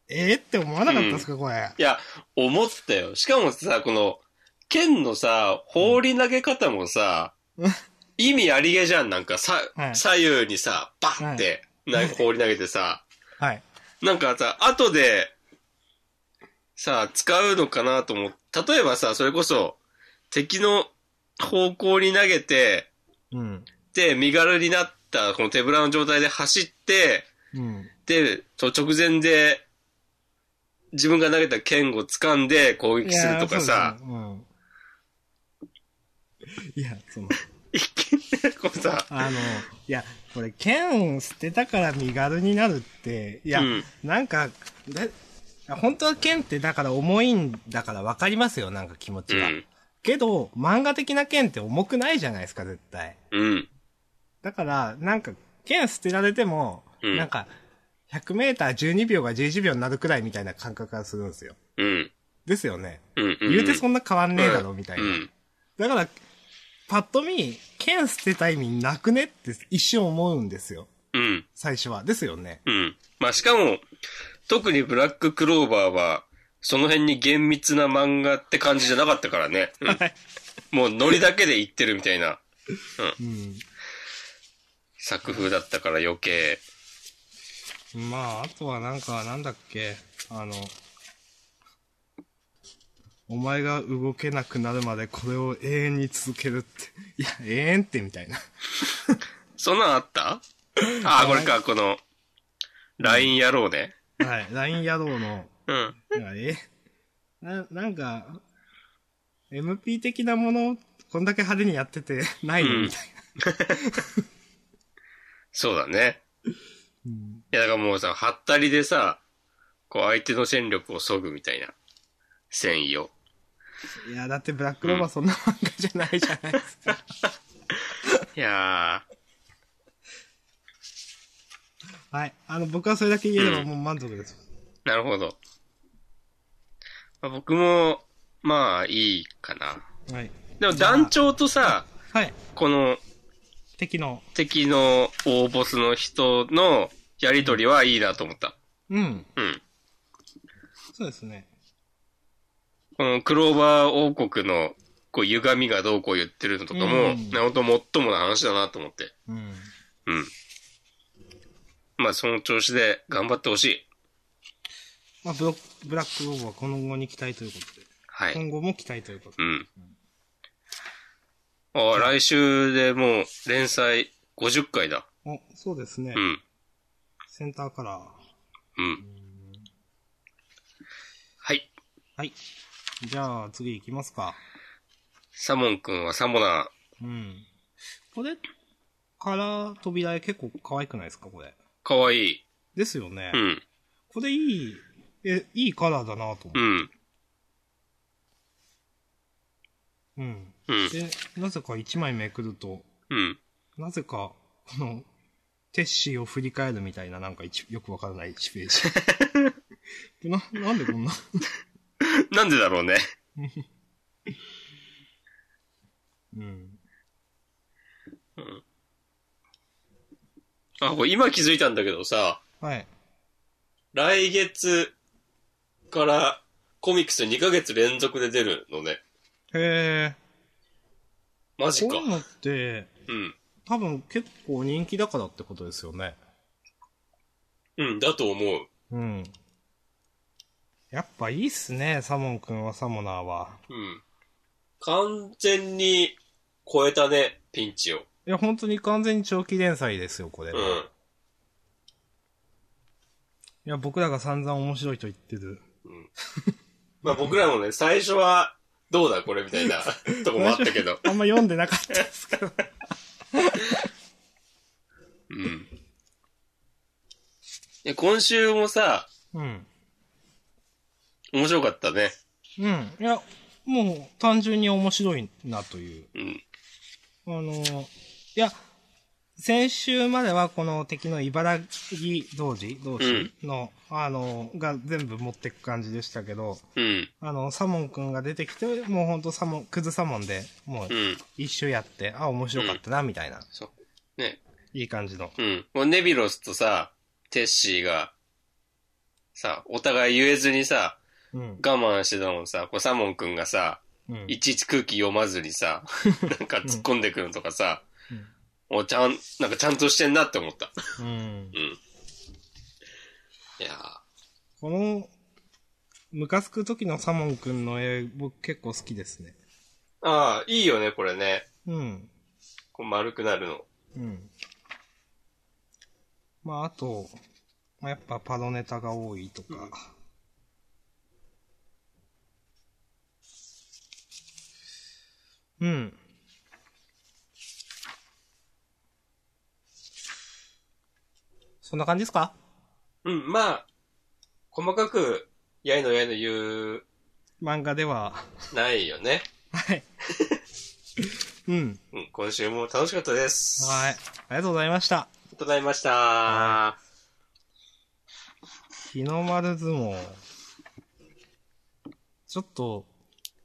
S2: えー、って思わなかったですか、これ。
S1: いや、思ったよ。しかもさ、この、剣のさ、放り投げ方もさ、
S2: うん
S1: 意味ありげじゃん。なんかさ、
S2: はい
S1: 左右にさ、バンって、なんか放り投げてさ、
S2: はい。
S1: なんかさ、後で、さ、使うのかなと思って、例えばさ、それこそ、敵の方向に投げて、
S2: うん。
S1: で、身軽になった、この手ぶらの状態で走って、
S2: うん。
S1: で、と直前で、自分が投げた剣を掴んで攻撃するとかさ、
S2: いやそうですねうん。いや、その、
S1: 一見ね、 [laughs] こうさ、
S2: あの、いや、これ、剣捨てたから身軽になるって、いや、
S1: うん
S2: なんか、で本当は剣ってだから重いんだから分かりますよ、なんか気持
S1: う
S2: ちは。
S1: ん、
S2: けど、漫画的な剣って重くないじゃないですか、絶対。
S1: うん、
S2: だから、なんか、剣捨てられても、
S1: うん
S2: なんか、100メーター12秒が11秒になるくらいみたいな感覚がするんですよ。
S1: うん、
S2: ですよね。
S1: うんうん。
S2: 言うてそんな変わんねえだろ、みたいな
S1: う。ん。
S2: だから、パッと見、剣捨てた意味なくねって一瞬思うんですよ。
S1: うん。
S2: 最初は。ですよね。
S1: うん。まあ、しかも、特にブラッククローバーは、その辺に厳密な漫画って感じじゃなかったからね。うん
S2: はい
S1: もうノリだけで言ってるみたいな
S2: うん。
S1: 作風だったから余計。
S2: まあ、あとはなんか、なんだっけ、あの、お前が動けなくなるまでこれを永遠に続けるって。いや、永遠ってみたいな。
S1: そんなんあったああ、これか、この、LINE やろうね。
S2: はい。LINE 野郎の、
S1: うん。
S2: なんかえななんか、MP 的なもの、こんだけ派手にやってて、ないのみたい
S1: そうだね。
S2: な。
S1: いや、だからもうさ、はったりでさ、こう相手の戦力を削ぐみたいな。戦意を。
S2: いや、だってブラックローバーそんな漫画じゃないじゃないですか。
S1: いや
S2: はい。あの、僕はそれだけ言えればもう満足です。
S1: ー、なるほど。まあ、僕も、まあ、いいかな。
S2: はい。
S1: でも団長とさ、
S2: はい。
S1: この
S2: 敵の。
S1: 敵の大ボスの人のやりとりはいいなと思った。
S2: うん。
S1: うん。
S2: そうですね。
S1: このクローバー王国のこう歪みがどうこう言ってるのとかも、
S2: うん
S1: なるほど、もっともな話だなと思って。
S2: うん。
S1: うん。まあ、その調子で頑張ってほしい。
S2: まあ、ブロブラックローバーはこの後に期待ということで。
S1: はい。
S2: 今後も期待ということ
S1: う
S2: で。
S1: ん。ああ、来週でもう連載50回だ。
S2: お、そうですね。
S1: うん。
S2: センターカラー。
S1: うん。はい。
S2: はい。じゃあ、次行きますか。
S1: サモン君はサモナー、
S2: うん。これ、カラー扉絵結構可愛くないですかこれ。
S1: かわいい。
S2: ですよね。
S1: うん。
S2: これいい、え、いいカラーだなと思
S1: う
S2: う。
S1: ん。
S2: うん。
S1: うん。
S2: で、なぜか1枚めくると、
S1: うん。
S2: なぜか、この、テッシーを振り返るみたいな、なんか一よくわからない1ペー
S1: [laughs]
S2: ジ。な、なんでこんな。
S1: なんでだろうね。
S2: うん。
S1: あ、これ今気づいたんだけどさ、
S2: はい。
S1: 来月からコミックス2ヶ月連続で出るのね。
S2: へえ。
S1: マジ
S2: こ
S1: か
S2: うい。うのって、
S1: うん。
S2: 多分結構人気だからってことですよね。
S1: うん、だと思う。
S2: うん。やっぱいいっすね、サモン君はサモナーは。
S1: うん。完全に超えたね、ピンチを。
S2: いや、本当に完全に長期連載ですよ、これ
S1: う
S2: は。
S1: ん。
S2: いや、僕らが散々面白いと言ってる。
S1: まあ僕らもね、最初は、どうだこれみたいな [laughs] とこもあったけど。
S2: [laughs] あんま読んでなかったですけど。
S1: うん。いや今週もさ、
S2: うん。
S1: 面白かったね。
S2: うん。いや、もう単純に面白いなという。
S1: うん。
S2: あのーいや、先週まではこの敵の茨城同時同士の、あのーが全部持ってく感じでしたけど、
S1: うん。
S2: あの、サモンくんが出てきて、もうほんとサモン、クズサモンで、もう
S1: うん。
S2: 一周やって、あ、面白かったな、みたいな、
S1: そう。ね。
S2: いい感じの。
S1: うん。もうネビロスとさ、テッシーが、さ、お互い言えずにさ、
S2: うん。
S1: 我慢してたのをさ、こうサモン君がさ、
S2: うん。
S1: いちいち空気読まずに
S2: [laughs]
S1: さ、なんか突っ込んでくるのとかさ、
S2: うん
S1: おちゃん、なんかちゃんとしてんなって思った。
S2: うん
S1: うん。いや
S2: この、ムカつく時のサモンくんの絵、僕結構好きですね。
S1: ーああ、いいよね、これね。
S2: うん。
S1: こう丸くなるの。
S2: うん。まあ、あと、まあ、やっぱパロネタが多いとか。うん。そんな感じですか
S1: うん、まあ、細かく、やいのやいの言う、
S2: 漫画では。
S1: ないよね。
S2: はい。うん。
S1: うん、今週も楽しかったです。。
S2: はい
S1: あ
S2: い。ありがとうございました。
S1: りがとうございました。
S2: は日の丸相撲。ちょっと、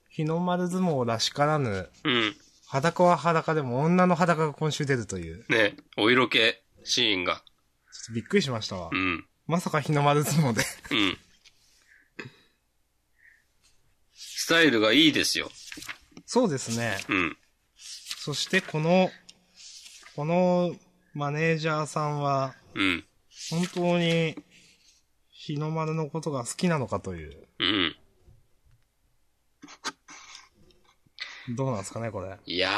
S2: 日の丸相撲らしからぬ、
S1: うん。
S2: 裸は裸でも女の裸が今週出るという、ちょ
S1: ね、お色気シーンが。
S2: っとびっくりしましたわ
S1: う。ん。
S2: まさか日の丸相撲で。
S1: うん。スタイルがいいですよ。
S2: そうですね。
S1: うん。
S2: そしてこの、このマネージャーさんは、
S1: うん。
S2: 本当に、日の丸のことが好きなのかという。
S1: うん。
S2: どうなんですかね、これ。
S1: いや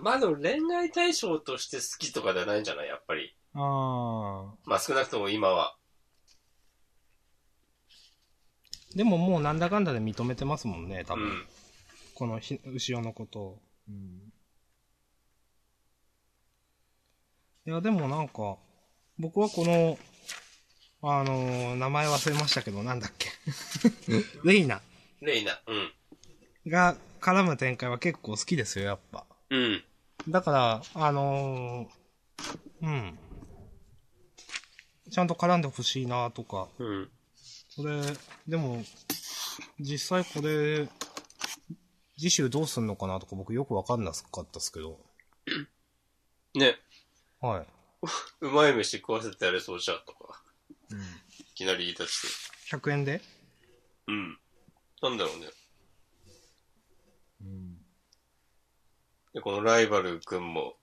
S1: ー、まあでも恋愛対象として好きとかじゃないんじゃないやっぱり。
S2: あ
S1: まあ少なくとも今は。
S2: ー。でももうなんだかんだで認めてますもんね、多
S1: う
S2: 分。
S1: ん。
S2: このひ、後ろのことを。うん。いや、でもなんか、僕はこの、あのー名前忘れましたけど、なんだっ [laughs] け。レイナ
S1: レイナ。うん。
S2: が絡む展開は結構好きですよ、やっぱ。
S1: うん。
S2: だから、あのーうん。ちゃんと絡んでほしいなとか。
S1: うん。
S2: これ、でも、実際これ、次週どうすんのかなとか僕よくわかんなかったですけど。
S1: ね、
S2: は
S1: うまい飯食わせてやれそうじゃんとか。
S2: い。
S1: いきなり言い出して。
S2: 100円で
S1: うん。なんだろうね。で、このライバルくんも、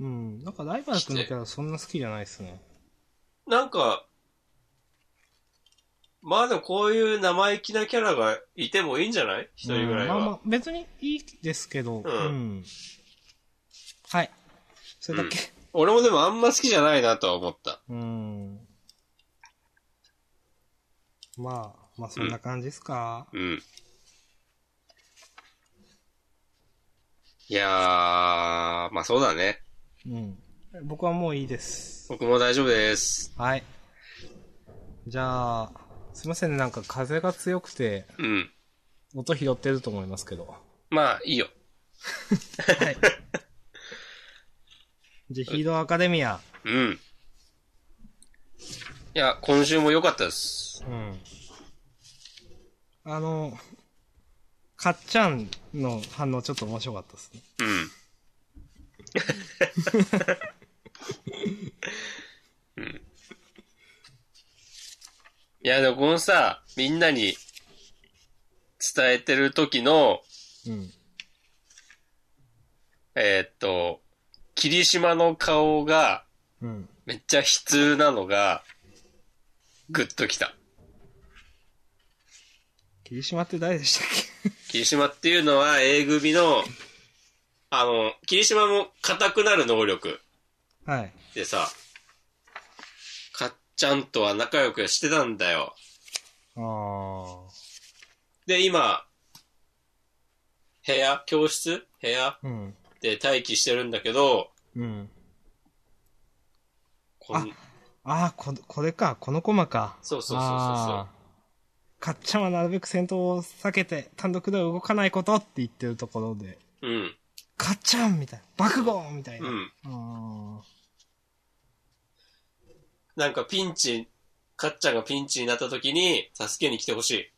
S2: うん。なんかライバル君のキャラそんな好きじゃないですね。
S1: なんか、まあでもこういう生意気なキャラがいてもいいんじゃない一人ぐらいは。
S2: うんまあまあ、別にいいですけど、うん。はい。それだけ。
S1: 俺もでもあんま好きじゃないなとは思った。
S2: うん。まあ、まあそんな感じですか。
S1: うん。いやー、まあそうだね。
S2: うん。僕はもういいです。
S1: 僕も大丈夫です。
S2: はい。じゃあ、すいませんね、なんか風が強くて、
S1: うん。
S2: 音拾ってると思いますけど。
S1: まあ、いいよ。
S2: はい。 [laughs] じゃあ、ヒーローアカデミア。
S1: うん。いや、今週も良かったです。
S2: うん。あの、かっちゃんの反応ちょっと面白かったですね。
S1: うん。 [laughs] いや、でもこのさ、みんなに伝えてる時の、
S2: うん。
S1: えーっと、霧島の顔が
S2: うん。
S1: めっちゃ悲痛なのが、グッときた。
S2: 霧島って誰でしたっけ
S1: 霧島っていうのは A 組の、あの、霧島も硬くなる能力
S2: はい。
S1: でさ、かっちゃんとは仲良くしてたんだよ。
S2: あー。
S1: で、今、部屋、教室部屋
S2: うん。
S1: で待機してるんだけど、
S2: うん。
S1: こん
S2: ああ、こ、これか、このコマか。
S1: そうそうそうそうそう
S2: あーかっちゃんはなるべく戦闘を避けて、単独では動かないことって言ってるところで、
S1: うん、
S2: かっちゃんみたいな、爆豪みたいうな。
S1: ん。
S2: あ
S1: なんかピンチ、かっちゃんがピンチになった時に、助けに来てほしい。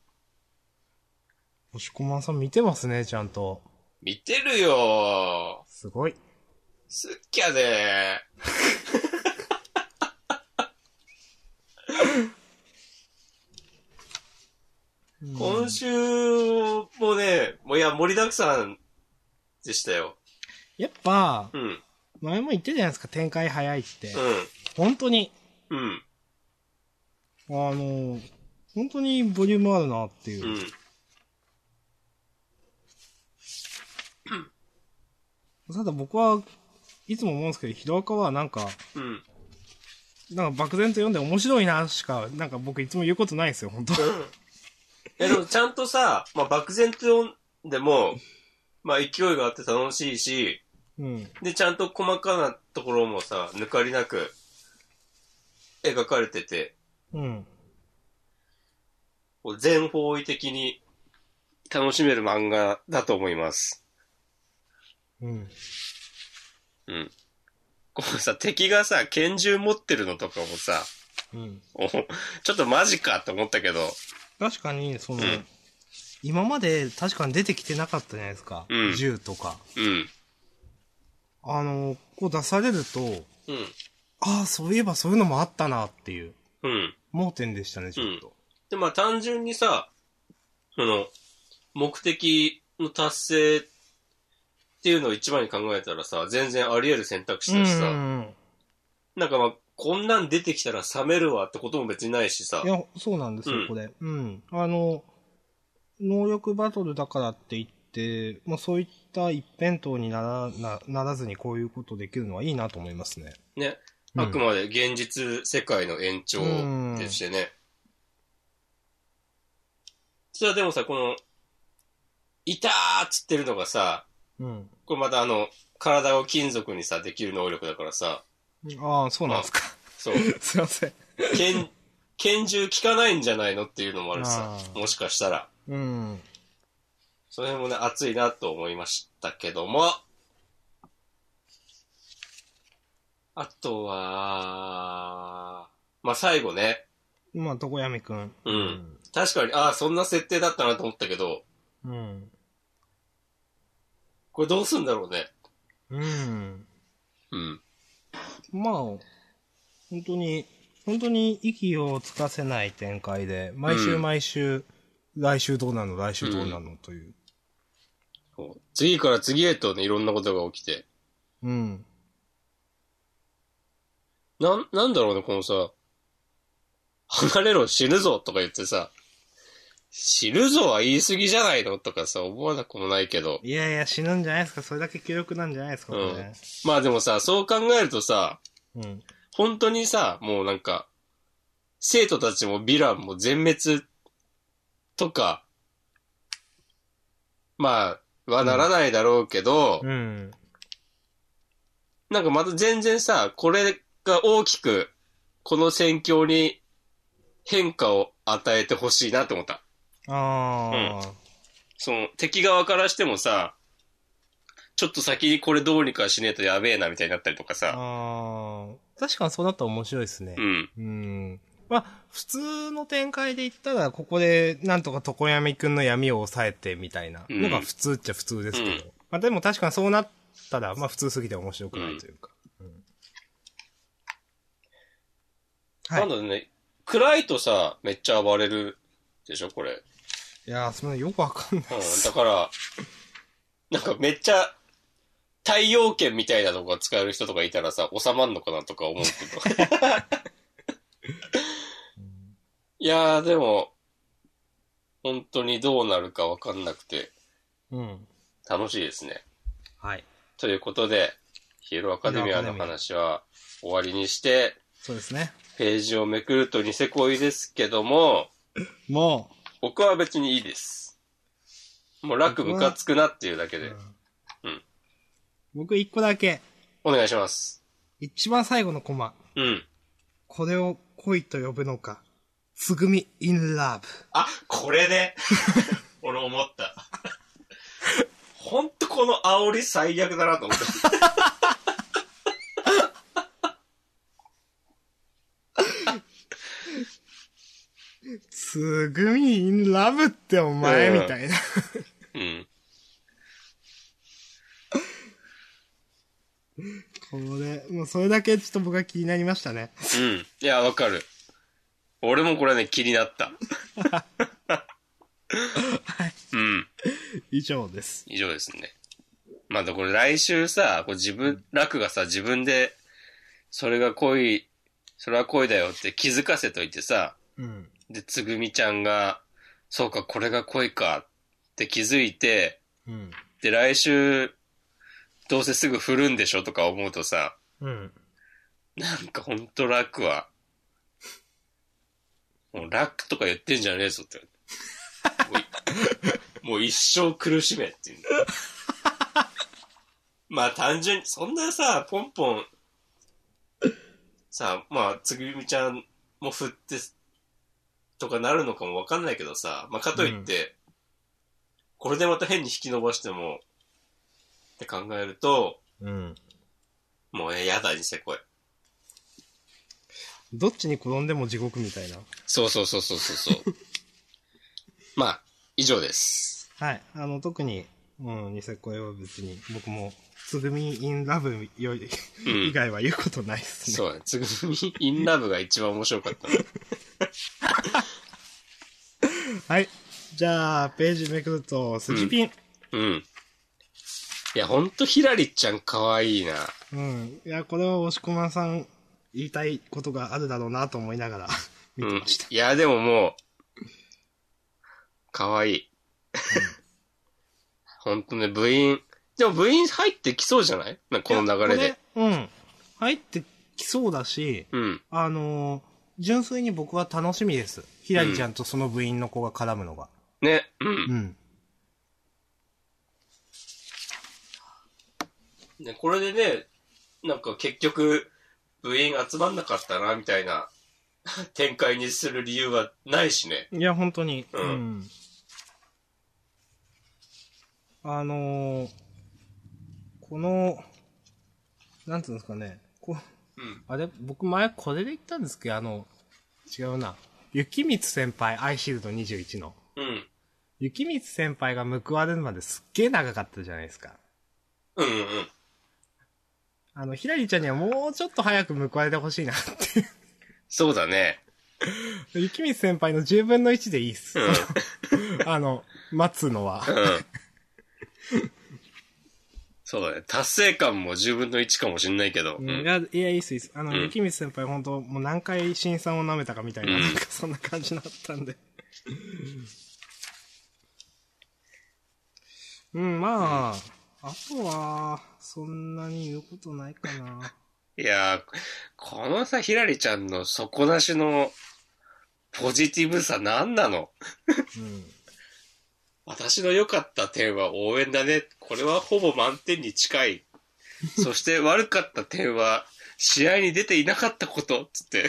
S2: ー。押しこまんさん見てますね、ちゃんと。
S1: 見てるよ
S2: すごい。
S1: すっきゃで
S2: うん
S1: 今週もね、もういや、盛りだくさんでしたよ。
S2: やっぱ
S1: う、ん、
S2: 前も言ってたじゃないですか、展開早いって。
S1: う
S2: 本当に、
S1: ん、うん、
S2: あの、本当にボリュームあるなっていうう。
S1: ん。
S2: ただ僕はいつも思うんですけど、ヒロアカはなんか、
S1: うん。
S2: なんか漠然と読んで面白いなしか、なんか僕いつも言うことないですよ、本当
S1: え、でもちゃんとさ、まあ、漠然とでも、まあ、勢いがあって楽しいし、
S2: うん。
S1: で、ちゃんと細かなところもさ、抜かりなく描かれてて、
S2: うん。
S1: こう全方位的に楽しめる漫画だと思います。
S2: うん。
S1: うん。こうさ、敵がさ、拳銃持ってるのとかもさ、
S2: うん。
S1: おちょっとマジかと思ったけど、
S2: 確かに、その、
S1: うん
S2: 今まで確かに出てきてなかったじゃないですか。
S1: うん
S2: 銃とか。
S1: うん。
S2: あの、こう出されると、
S1: うん。
S2: ああ、そういえばそういうのもあったなっていう
S1: うん。
S2: 盲点でしたね、ちょっと。
S1: で、まあ単純にさ、その、目的の達成っていうのを一番に考えたらさ、全然あり得る選択肢だしさ、
S2: うん
S1: なんかまあ、こんなん出てきたら冷めるわってことも別にないしさ
S2: い、や、そうなんです
S1: う
S2: よ
S1: ん、
S2: これ。うん。あの、能力バトルだからって言って、もうそういった一辺倒にならなならずにこういうことできるのはいいなと思いますね。
S1: ね。
S2: うん
S1: あくまで現実世界の延長でしてね。それはでもさ、この、いたーっつってるのがさ、
S2: うん。
S1: これまたあの、体を金属にさ、できる能力だからさ、
S2: ああ、そうなんですか。 [laughs]
S1: そう、
S2: すいません。
S1: 拳、拳銃効かないんじゃないのっていうのもあるしさ
S2: あ、ー
S1: もしかしたら。
S2: うん。
S1: その辺もね、熱いなと思いましたけども。あとは、まあ、最後ね。
S2: まあ、床闇くん。
S1: うん。確かに、ああ、そんな設定だったなと思ったけど、
S2: うん。
S1: これどうすんだろうね。
S2: うん。
S1: うん。
S2: まあ、本当に、本当に息をつかせない展開で、毎週毎週、来週どうなの、来週どうなの、という。
S1: そう次から次へとね、いろんなことが起きて。
S2: うん。
S1: なん、なんだろうね、このさ、離れろ、死ぬぞとか言ってさ、死ぬぞは言い過ぎじゃないのとかさ、思わなくもないけど。
S2: いやいや、死ぬんじゃないですか。それだけ気力なんじゃないですか、これね。
S1: まあでもさ、そう考えるとさ、
S2: うん。
S1: 本当にさ、もうなんか、生徒たちもヴィランも全滅とか、まあ、はならないだろうけど、
S2: うん。
S1: なんかまた全然さ、これが大きく、この戦況に変化を与えてほしいなって思った。
S2: ああ、
S1: その、敵側からしてもさ、ちょっと先にこれどうにかしねえとやべえなみたいになったりとかさ、
S2: ああ。確かにそうなったら面白いですね
S1: う。ん、
S2: うん。まあ、普通の展開で言ったら、ここで、なんとか床闇くんの闇を抑えてみたいな
S1: うん
S2: のが普通っちゃ普通ですけど。
S1: うん
S2: まあでも確かにそうなったら、まあ普通すぎて面白くないというか。はい
S1: なんだろうね、暗いとさ、めっちゃ暴れるでしょ、これ。
S2: いやー、そんなよくわかんない
S1: うん、
S2: で
S1: だ
S2: す。
S1: から、なんかめっちゃ、太陽圏みたいなのが使える人とかいたらさ、収まんのかなとか思うけど。いやー、でも、本当にどうなるかわかんなくて、
S2: うん。
S1: 楽しいですね。
S2: はい。
S1: ということで、ヒーローアカデミアの話は終わりにして、
S2: そうですね。
S1: ページをめくるとニセ恋ですけども、
S2: も
S1: 僕は別にいいです。もう楽ムカつくなっていうだけで、
S2: う、
S1: うん
S2: 僕一個だけ、
S1: お願いします。
S2: 一番最後のコマ。
S1: うん。
S2: これを恋と呼ぶのか。つぐみ in love。
S1: あ、これね。 [laughs] 俺思った。ほんとこの煽り最悪だなと思った。
S2: つぐみ in love ってお前
S1: うん
S2: みたいな。
S1: うん。
S2: これ、もうそれだけちょっと僕は気になりましたね。
S1: うん。いや、わかる。俺もこれね、気になった。うん。
S2: 以上です。
S1: 以上ですね。まあ、これ来週さ、こう自分、楽がさ、自分で、それが恋、それは恋だよって気づかせといてさ、
S2: うん。
S1: で、つぐみちゃんが、そうか、これが恋かって気づいて、
S2: うん。
S1: で、来週、どうせすぐ振るんでしょとか思うとさ、
S2: うん。
S1: なんかほんと楽は、もう楽とか言ってんじゃねえぞって。もういもう一生苦しめって言うんだ。まあ単純に、そんなさ、ポンポン、さ、まあ、つぐみちゃんも振って、とかなるのかもわかんないけどさ、まあかといって、これでまた変に引き伸ばしても、って考えると、
S2: うん。
S1: もうね、やだ、ニセ恋。
S2: どっちに転んでも地獄みたいな。
S1: そうそうそうそうそうそう。まあ、以上です。
S2: はい。あの、特に、うん、ニセコは別に、僕も、つぐみインラブより、
S1: ん
S2: 以外は言うことないですね。
S1: そうだね。つぐみ、インラブが一番面白かったね。
S2: はい。じゃあ、ページめくると、スジピン。
S1: うん。いや、ほんとヒラリちゃん可愛いな。
S2: うん。いや、これは押駒さん、言いたいことがあるだろうなと思いながら見
S1: う
S2: て
S1: ん
S2: ました。。
S1: いや、でももう、可愛い。ほんとね、部員。でも部員入ってきそうじゃないなんかこの流れ
S2: いや
S1: で。。
S2: これうん。入ってきそうだし、
S1: うん。
S2: あのー純粋に僕は楽しみです。ひらりちゃんとその部員の子が絡むのが。
S1: ね。うん。
S2: うん。
S1: ね、これでね、なんか結局、部員集まんなかったな、みたいな [laughs] 展開にする理由はないしね。
S2: いや、本当に。
S1: うん
S2: あのーこの、なんていうんですかね、こ
S1: うん。
S2: あれ、僕前これで言ったんですけど、あの、違うな。雪光先輩、アイシールド21の。
S1: うん。
S2: 雪光先輩が報われるまですっげえ長かったじゃないですか。
S1: うんうん。
S2: あの、ひらりちゃんにはもうちょっと早く報われてほしいなっていう。
S1: そうだね。
S2: 雪光先輩の10分の1でいいっす
S1: うん。。
S2: [laughs] あの、待つ
S1: [laughs]
S2: のは。
S1: うん。そうだね。達成感も10分の1かもしんないけど。う
S2: うんい
S1: ん。
S2: や、いや、いいっす、いいっす。あの、
S1: うん
S2: 雪光先輩本当もう何回新さんを舐めたかみたいな、
S1: うん
S2: なんかそんな感じになったんで。うん、まあ、あとは、そんなに言うことないかな。
S1: いやー、このさ、ひらりちゃんの底なしのポジティブさ何なの
S2: うん。
S1: 私の良かった点は応援だね。これはほぼ満点に近い。そして悪かった点は試合に出ていなかったこと、つって。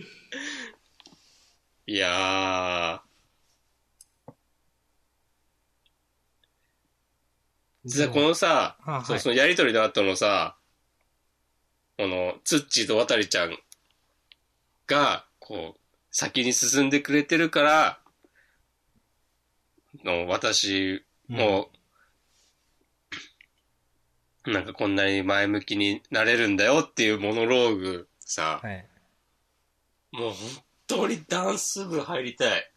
S1: [laughs] いやー、実はこのさ、
S2: あはい
S1: そうそのやりとりの後のさ、この、ツッチーと渡りちゃんが、こう、先に進んでくれてるから、の私も、なんかこんなに前向きになれるんだよっていうモノローグさ、
S2: はい。
S1: もう本当にダンス部入りたい。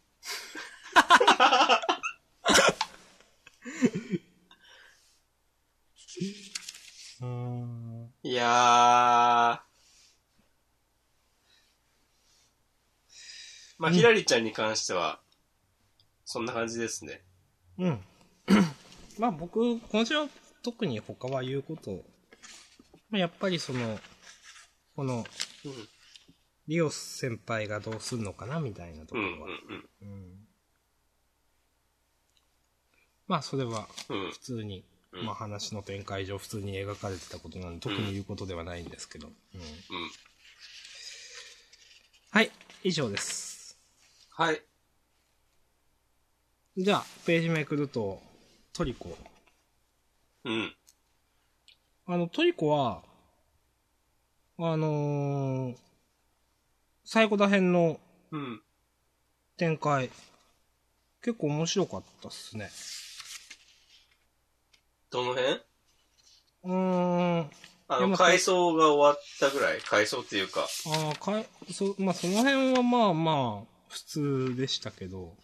S2: うーん。
S1: いやー。まあ、
S2: うん
S1: ひらりちゃんに関しては、そんな感じですね。
S2: うん。 [clears throat] まあ僕、今週は特に他は言うこと、まあやっぱりその、この、
S1: うん。
S2: リオス先輩がどうすんのかなみたいなと
S1: う
S2: こ
S1: ん
S2: ろは。うんまあそれは
S1: うんうん。
S2: 普通に、
S1: うん
S2: まあ話の展開上普通に描かれてたことなんで特に言うことではないんですけど、うん
S1: うん。
S2: はい以上です
S1: はい。
S2: じゃあページめくるとトリコ
S1: うん。
S2: あのトリコはあのー、最後ら辺の
S1: うん。
S2: 展開結構面白かったっすね
S1: どの辺
S2: うーん
S1: あ
S2: いやま
S1: の、
S2: あ
S1: 改装が終わったぐらい改装っていうか。
S2: ああ、かい、そ、まあ、その辺はまあまあ、普通でしたけど、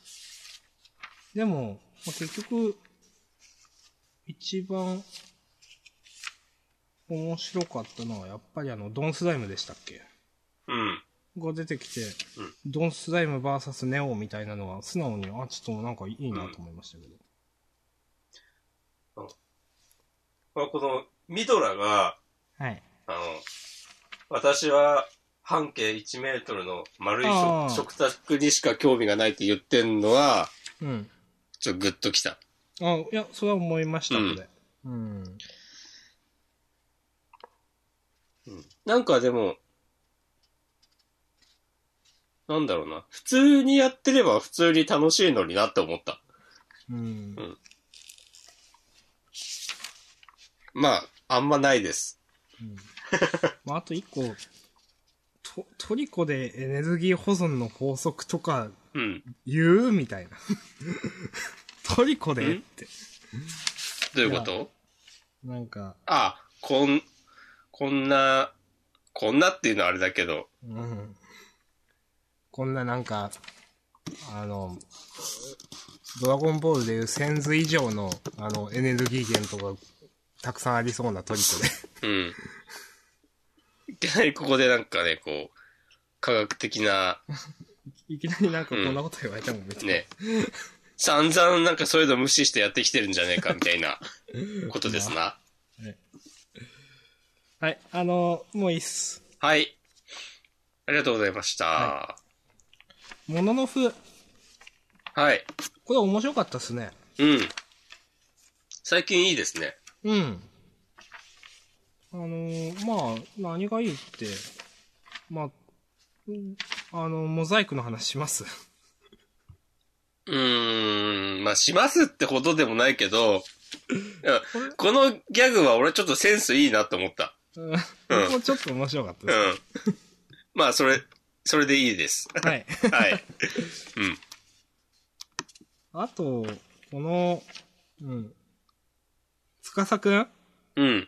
S2: でも、まあ、結局、一番、面白かったのは、やっぱりあの、ドンスライムでしたっけ
S1: うん。
S2: が出てきて、ドンスライム VS ネオみたいなのは、素直に、あ、ちょっとなんかいいなと思いましたけど。
S1: まあ、この、ミドラが、
S2: はい。
S1: あの、私は半径1メートルの丸い
S2: あー
S1: 食食卓にしか興味がないって言ってんのは、
S2: うん。
S1: ちょっとグッときた。
S2: あいや、それは思いました、
S1: うん
S2: これ。うん。
S1: なんかでも、なんだろうな。普通にやってれば普通に楽しいのになって思った。
S2: うん。
S1: まあ、あんまないです。
S2: まあ、あと一個、トトリコでエネルギー保存の法則とか
S1: うん。
S2: 言うみたいな。 [laughs] トリコでって。
S1: どういうこと
S2: なんか、
S1: あ、こん、こんな、こんなっていうのはあれだけど。
S2: うん。こんななんか、あの、ドラゴンボールでいう1000図以上の、あの、エネルギー源とか、たくさんありそうなトリコで。
S1: うん。いきなりここでなんかね、こう、科学的な、
S2: [laughs] いきなりなんかこんなこと言われてもめっちゃ、
S1: ね、 [laughs] 散々なんかそういうの無視してやってきてるんじゃねえかみたいなことですな。
S2: はい、あの、もういいっす。
S1: はい。ありがとうございました。は
S2: はもののふ、
S1: い。
S2: これ面白かったっすね。
S1: うん。最近いいですね。
S2: うん。あのーまあ、何がいいって、まあ、うんあの、モザイクの話します。
S1: うーん。まあ、しますってほどでもないけど、いやこのギャグは俺ちょっとセンスいいなと思った。
S2: うん僕もちょっと面白かった [laughs]
S1: う
S2: で
S1: ん
S2: す。。
S1: まあ、それ、それでいいです。
S2: はい。
S1: はい。
S2: あと、この、うん。つかさくん
S1: うん。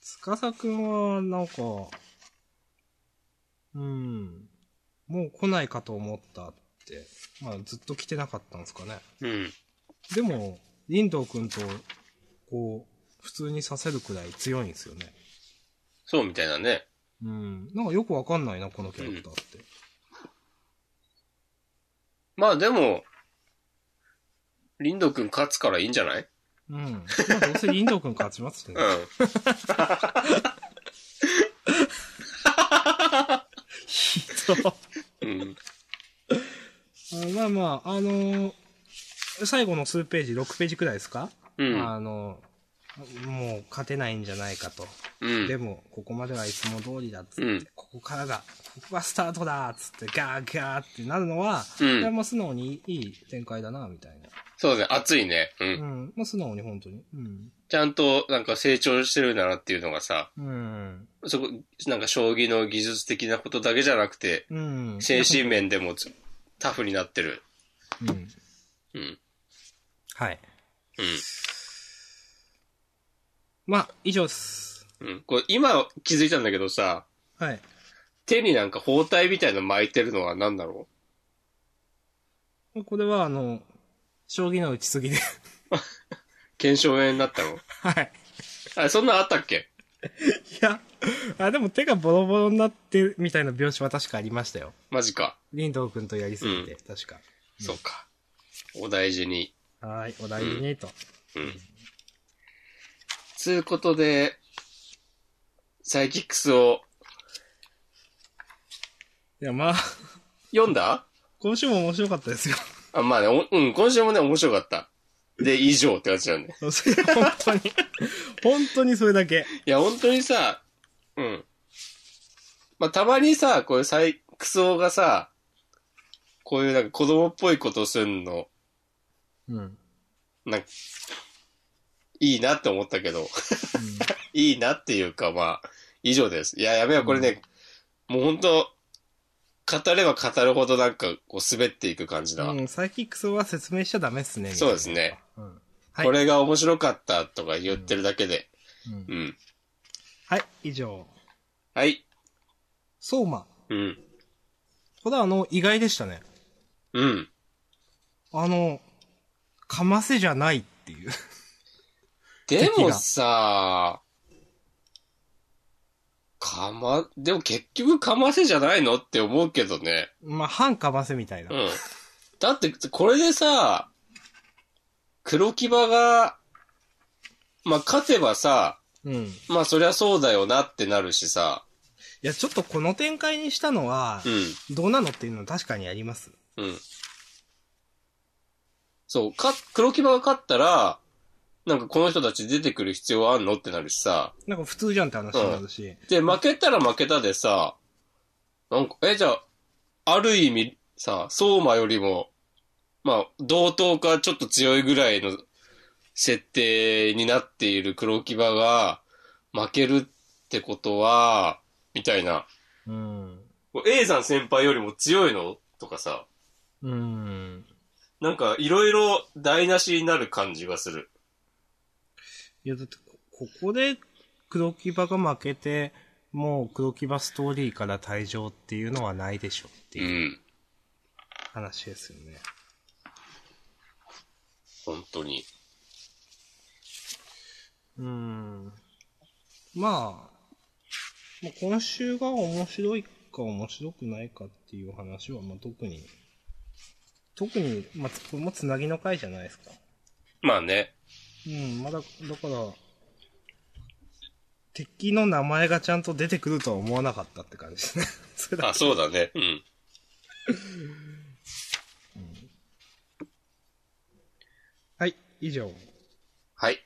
S2: つかさくんは、なんか、うん。もう来ないかと思ったって。まあ、ずっと来てなかったんですかね。
S1: うん。
S2: でも、リンドウくんと、こう、普通にさせるくらい強いんですよね。
S1: そうみたいなね。
S2: うん。なんかよくわかんないな、このキャラクターって。
S1: まあでも、リンド君勝つからいいんじゃない
S2: うん。まあ、どうせリンドウくん勝ちますしね
S1: う。 [laughs] ん。
S2: きっと。
S1: うん。
S2: あまあまあ、あのー最後の数ページ、6ページくらいですか、
S1: うん。
S2: あのーもう勝てないんじゃないかと。
S1: うん。
S2: でも、ここまではいつも通りだっつって、
S1: うん
S2: ここからが、ここがスタートだっつって、ガーガーってなるの
S1: う
S2: は、
S1: ん
S2: これはもう素直にいい展開だな、みたいな。
S1: そうだね。熱いね。う。
S2: うんん。まあ素直に本当に。うん。
S1: ちゃんと、なんか成長してるんだなっていうのがさ、
S2: うん。
S1: そこ、なんか将棋の技術的なことだけじゃなくて、
S2: うん。
S1: 精神面でもつタフになってる。
S2: うん。
S1: うん。
S2: はい。
S1: う
S2: まあ、以上です。
S1: ん。うん。これ、今気づいたんだけどさ、
S2: はい。
S1: 手になんか包帯みたいなの巻いてるのは何だろ
S2: これは、あの、将棋の打ちすぎで。 [laughs]
S1: う腱鞘炎になったの
S2: はい。
S1: あ、そんなんあったっけ
S2: いや、あ、でも手がボロボロになってるみたいな描写は確かありましたよ。
S1: マジか。
S2: リンドウ君とやりすぎて、
S1: うん
S2: 確か。
S1: そうか。お大事に。
S2: はーい、お大事にと。
S1: つうことで、サイキックスを
S2: いや、まあ、
S1: 読んだ
S2: 今週も面白かったですよ。 [laughs]
S1: あ、まあね、おうん、今週もね、面白かった。で、以上って感じなんで。
S2: それ本当に、 [laughs] 本当にそれだけ。
S1: いや、本当にさ、うん。まあ、たまにさ、こういうサイクスオがさ、こういうなんか子供っぽいことをするの、
S2: うん。
S1: なんか、いいなって思ったけど、いいなっていうか、まあ、以上です。いや、やべえ、これね、もう本当語れば語るほどなんか、こう滑っていく感じだわ。
S2: うん、サイキックスは説明しちゃダメっすね。
S1: そうですね。
S2: うん。はい
S1: こ。れが面白かったとか言ってるだけで。
S2: うん
S1: うん。
S2: はい、以上。
S1: はい。
S2: そうま。
S1: うん。
S2: これはあの、意外でしたね。
S1: うん。
S2: あの、かませじゃないっていう。 [laughs]
S1: でもさ、かま、でも結局かませじゃないのって思うけどね。
S2: まあ、半かませみたいな
S1: う。ん。だって、これでさ、黒木場が、まあ、勝てばさ、
S2: うん。
S1: まあ、そりゃそうだよなってなるしさ。
S2: いや、ちょっとこの展開にしたのは、
S1: う
S2: どうなのっていうのは確かにあります。
S1: ん。うん。そう、か、黒木場が勝ったら、なんかこの人たち出てくる必要あんのってなるしさ。
S2: なんか普通じゃんって話になるし。
S1: で、負けたら負けたでさ、なんか、え、じゃあ、ある意味、さ、相馬よりも、まあ、同等かちょっと強いぐらいの設定になっている黒木場が、負けるってことは、みたいな。
S2: うん。
S1: A さん先輩よりも強いのとかさ。
S2: うん。
S1: なんか、いろいろ台無しになる感じがする。
S2: いや、だって、ここで黒木場が負けて、もう黒木場ストーリーから退場っていうのはないでしょって
S1: う。
S2: いうん話ですよね。
S1: 本当に。
S2: うん。まあ、もう今週が面白いか面白くないかっていう話は、まあ特に、特に、まあ、つこれもつなぎの回じゃないですか。
S1: まあね。
S2: うん、まだ、だから、敵の名前がちゃんと出てくるとは思わなかったって感じですね。 [laughs] それだ
S1: あ、そうだね。 [laughs] うん。
S2: はい、以上。
S1: はい。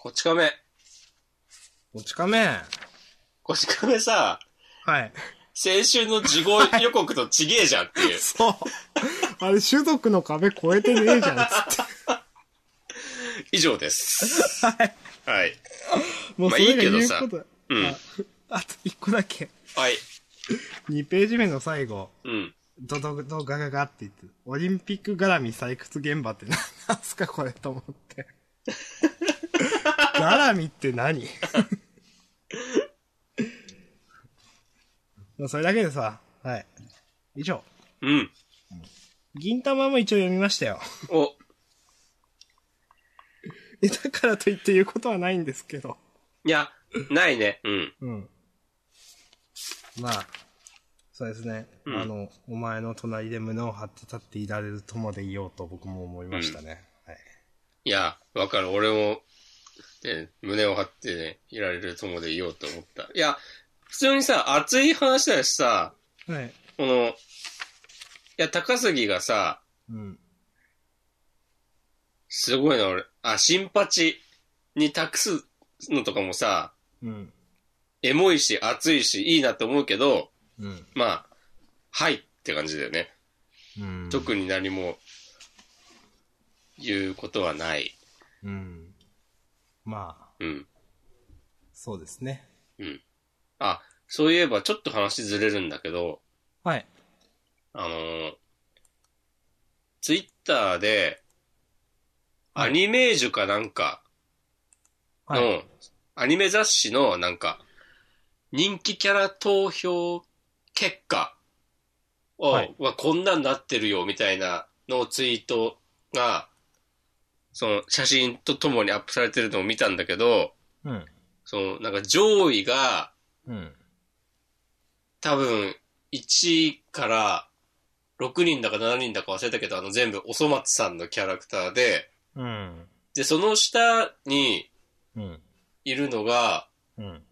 S1: こち亀。
S2: おちかめ。
S1: こち亀さ、 [laughs]
S2: はい。
S1: 先週の事後予告とちげえじゃんっていう。
S2: そう。 [laughs] あれ、種族の壁越えてね
S1: [laughs]
S2: えじゃん、つって。
S1: [laughs] 以上です。はい。はい。
S2: もう
S1: ま
S2: そ
S1: あい
S2: れ
S1: い
S2: が
S1: けど
S2: 言う
S1: さ
S2: ことだ。
S1: うん
S2: ああと一個だけ。
S1: はい。
S2: 2ページ目の最後、
S1: うん。
S2: ドドドガガガって言ってる、オリンピック絡み採掘現場って何なんすかこれと思って。絡みって何もうそれだけでさ、はい。以上。
S1: うん。
S2: 銀玉も一応読みましたよ。 [laughs]
S1: お、
S2: えだからといって言うことはないんですけど。
S1: いや、ないね。うん。
S2: うん。まあ、そうですね。
S1: うん
S2: あの、お前の隣で胸を張って立っていられるともでいようと僕も思いましたね。はい。
S1: いや、わかる。俺も、ね、胸を張ってね、いられる友でいようと思った。いや、普通にさ、熱い話だしさ、
S2: はい。
S1: この、いや、高杉がさ、
S2: うん。
S1: すごいな、俺。あ、新八に託すのとかもさ、
S2: うん。
S1: エモいし、熱いし、いいなって思うけど、
S2: うん。
S1: まあ、はいって感じだよね。
S2: うん。
S1: 特に何も、言うことはない。
S2: うん。まあ、
S1: うん。
S2: そうですね。
S1: うん。あ、そういえば、ちょっと話ずれるんだけど、
S2: はい。
S1: あのー、ツイッターで、
S2: は
S1: ア
S2: い
S1: ニメージュかなんかの、
S2: はい。
S1: アニメ雑誌のなんか、人気キャラ投票結果を、
S2: はい
S1: はこんなんなってるよみたいなのをツイートが、その写真とともにアップされてるのを見たんだけど、
S2: うん。
S1: そのなんか上位が
S2: うん。
S1: 多分1から6人だか7人だか忘れたけど、あの全部おそ松さんのキャラクターで、
S2: うん。
S1: で、その下に
S2: うん。
S1: いるのが、
S2: うん。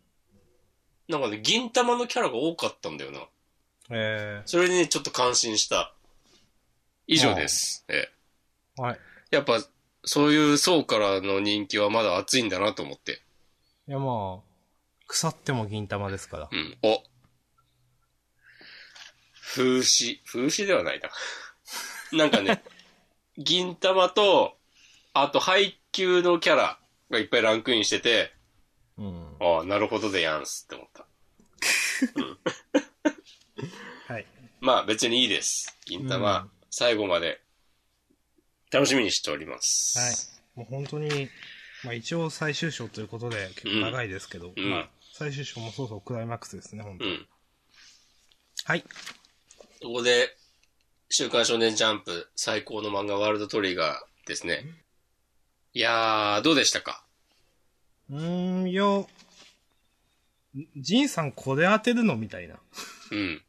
S1: なんかね、銀玉のキャラが多かったんだよな。
S2: え
S1: それにねちょっと感心した。以上です。え
S2: ー、はい。
S1: えやっぱ、そういう層からの人気はまだ熱いんだなと思って。
S2: いやまあ、腐っても銀玉ですから
S1: う。ん。お。風刺。風刺ではないな。 [laughs] なんかね、銀玉と、あと配給のキャラがいっぱいランクインしてて、
S2: うん。
S1: ああ、なるほどでやんすって思った。
S2: はい。
S1: まあ別にいいです。銀玉、
S2: うん
S1: 最後まで楽しみにしております。
S2: はい。もう本当に、まあ一応最終章ということで結構長いですけど、
S1: うん
S2: まあ最終章もそうそうクライマックスですね、本当、
S1: うん。
S2: はい。
S1: ここで、週刊少年ジャンプ最高の漫画ワールドトリガーですね。いやー、どうでしたか
S2: うーん、いや、ジンさんこれ当てるのみたいな。
S1: うん。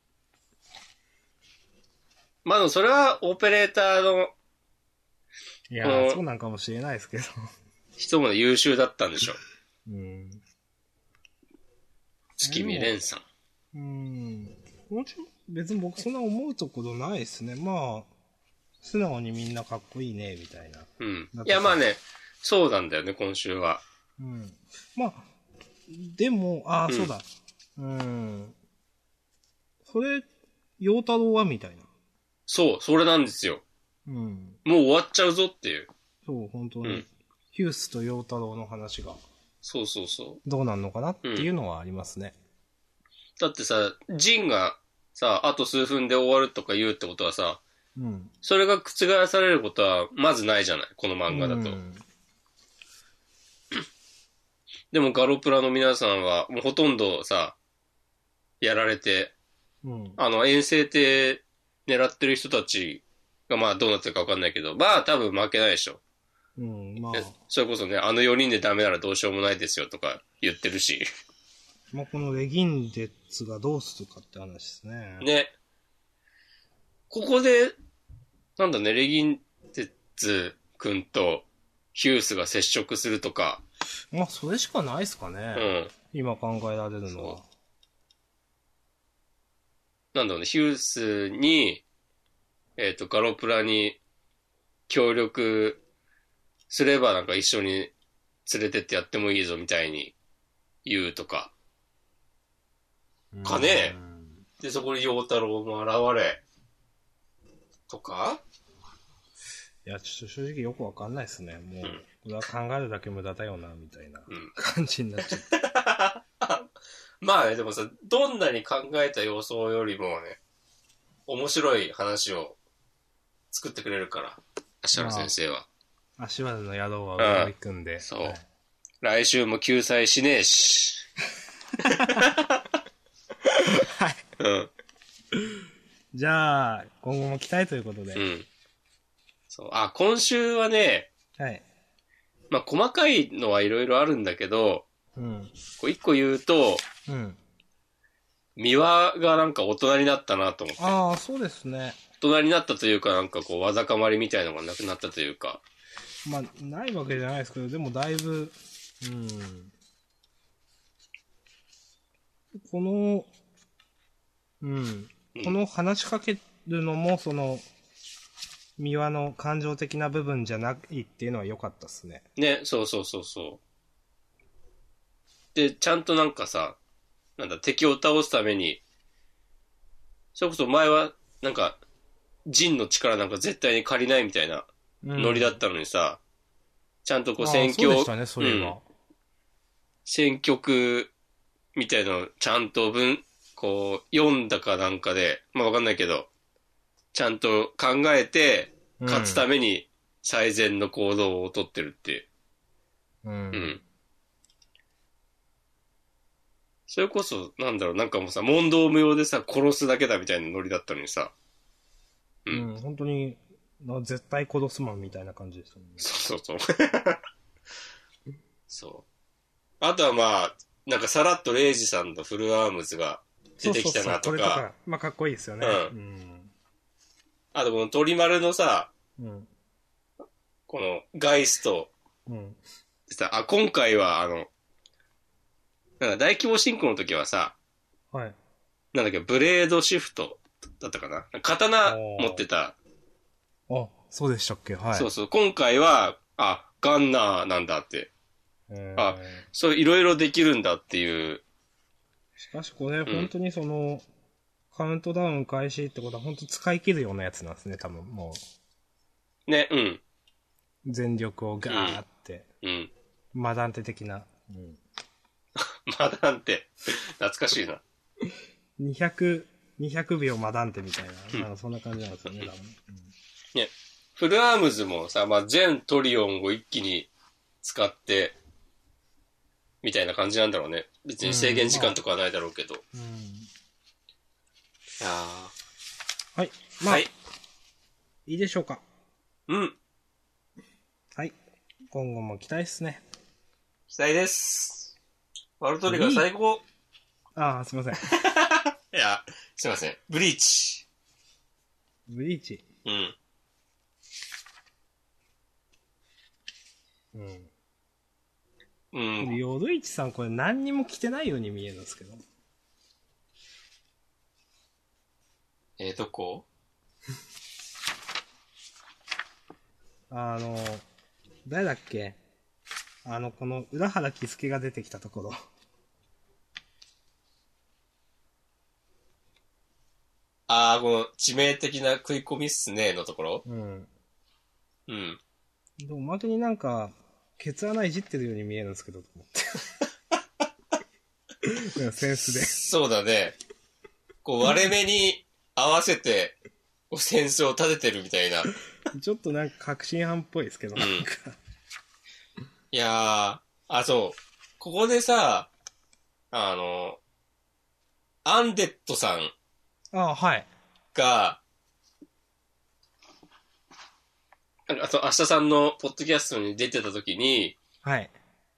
S1: まあ、でもそれはオペレーターの
S2: いや
S1: う
S2: ー、
S1: ん
S2: そうなんかもしれないですけど。 [laughs]
S1: 人も優秀だったんでしょう。
S2: うん。
S1: 月見蓮さん。
S2: うん。もちろん、別に僕そんな思うところないですね。まあ、素直にみんなかっこいいね、みたいな。
S1: うん
S2: なん。か
S1: いや、まあね、そうなんだよね、今週は。
S2: うん。まあ、でも、ああ、
S1: うん
S2: そうだ。うん。それ、陽太郎はみたいな。
S1: そう、それなんですよ。
S2: うん。
S1: もう終わっちゃうぞっていう。
S2: そう、本当に。
S1: うん
S2: ヒュースと陽太郎の話が
S1: そうそうそう。
S2: どうなんのかなっていうのはありますね。
S1: だってさ、ジンがさ、あと数分で終わるとか言うってことはさ、
S2: うん。
S1: それが覆されることはまずないじゃない、この漫画だと。
S2: うん
S1: でもガロプラの皆さんは、もうほとんどさ、やられて、
S2: うん。
S1: あの、遠征艇狙ってる人たちが、まあどうなってるかわかんないけど、まあ多分負けないでしょ。
S2: うん。まあ
S1: で、それこそね、あの4人でダメならどうしようもないですよとか言ってるし。
S2: もうこのレギンデッツがどうするかって話ですね。
S1: ね。ここで、なんだね、レギンテッツ君とヒュースが接触するとか、
S2: まあ、それしかないですか
S1: う
S2: ね。
S1: ん。
S2: 今考えられるのは
S1: そ。なんだろうね、ヒュースに、えっ、と、ガロプラに協力すればなんか一緒に連れてってやってもいいぞみたいに言うとか。
S2: うん
S1: かねで、そこに陽太郎も現れ、とか
S2: いや、ちょっと正直よくわかんないですね。もう
S1: うん、
S2: これは考えるだけ無駄だよな、みたいな
S1: うん
S2: 感じになっちゃって。
S1: まあね、でもさ、どんなに考えた予想よりもね、面白い話を作ってくれるから、芦原先生は。
S2: [laughs] 足原の野郎は上を行くんで。
S1: そう
S2: はい
S1: 来週も救済しねえし。
S2: はい。
S1: うん。
S2: じゃあ、今後も期待ということで。
S1: うん。そう。あ、今週はね、
S2: はい。
S1: まあ、細かいのはいろいろあるんだけど、
S2: うん。
S1: こう一個言うと、
S2: うん。
S1: 三輪がなんか大人になったなと思って。
S2: ああ、そうですね。
S1: 大人になったというか、なんかこう、わざかまりみたいのがなくなったというか。
S2: まあ、ないわけじゃないですけど、でもだいぶ、うん。この、うん。
S1: うん
S2: この話しかけるのも、その、三輪の感情的な部分じゃないっていうのは良かったですね。
S1: ね、そうそうそうそう。で、ちゃんとなんかさ、なんだ、敵を倒すために、それこそ前は、なんか、ジンの力なんか絶対に借りないみたいな
S2: うん
S1: ノリだったのにさ、ちゃんとこう
S2: ああ
S1: 選
S2: そう
S1: 挙、
S2: でしたね、それは。
S1: 選挙区みたいなのをちゃんと文、こう、読んだかなんかで、まあわかんないけど、ちゃんと考えて、勝つために最善の行動をとってるっていう。
S2: め。う。
S1: うんん。それこそ、なんだろう、なんかもうさ、問答無用でさ、殺すだけだみたいなノリだったのにさ。う
S2: うんん。本当に、な絶対殺すマンみたいな感じですよね。
S1: そうそうそう。そう。あとはまあ、なんかさらっとレイジさんのフルアームズが出てきたな
S2: そうそうそう
S1: と
S2: これ
S1: か、
S2: まあ、かっこいいですよね。
S1: う
S2: うん。
S1: あとこの鳥丸のさ、
S2: うん。
S1: このガイスト
S2: うん。
S1: でさ、あ、今回はあの、なんか大規模進行の時はさ、
S2: はい。
S1: なんだっけ、ブレードシフトだったかな刀持ってた
S2: あ、そうでしたっけはい。
S1: そうそう。今回は、あ、ガンナーなんだって。
S2: えー
S1: あそう、いろいろできるんだっていう。
S2: しかしこれ、本当にその、カウントダウン開始ってことは、本当使い切るようなやつなんですね、多分。も
S1: ね、うん。
S2: う、全力をガーって。
S1: うん。 [laughs]
S2: マダンテ的な。
S1: まだなんて、懐かしいな。
S2: 200、200秒マダンテみたいな。なんかそんな感じなんですよね、多分。
S1: フルアームズもさ、まあ、全トリオンを一気に使って、みたいな感じなんだろうね。別に制限時間とかはないだろうけど。い
S2: うん
S1: や
S2: はい。
S1: ー
S2: まあ、、
S1: はいい。
S2: いでしょうか。
S1: うん。
S2: はい。今後も期待ですね。
S1: 期待です。ワルトリガー最高。
S2: ああ、すいません。
S1: いや、すいません。ブリーチ。
S2: ブリーチ。
S1: うん。
S2: うん。
S1: う
S2: こ
S1: ん
S2: れ。ヨドイチさん、これ何にも着てないように見えるんですけど。
S1: えー、どこ
S2: あの、誰だっけあの、この、浦原喜助が出てきたところ。
S1: ああ、この致命的な食い込みっすねのところ
S2: うん。
S1: うん。
S2: でも、おまけになんか、ケツ穴いじってるように見えるんですけど、と思って。いやセンスで。
S1: そうだね。こう割れ目に合わせて、こう戦争を立ててるみたいな。
S2: ちょっとなんか確信犯っぽいですけど、なんか。
S1: いやー、あ、そう。ここでさ、あの、アンデッドさん
S2: ああ、はい。
S1: が、なんか、その、明日さんのポッドキャストに出てた時に、
S2: はい。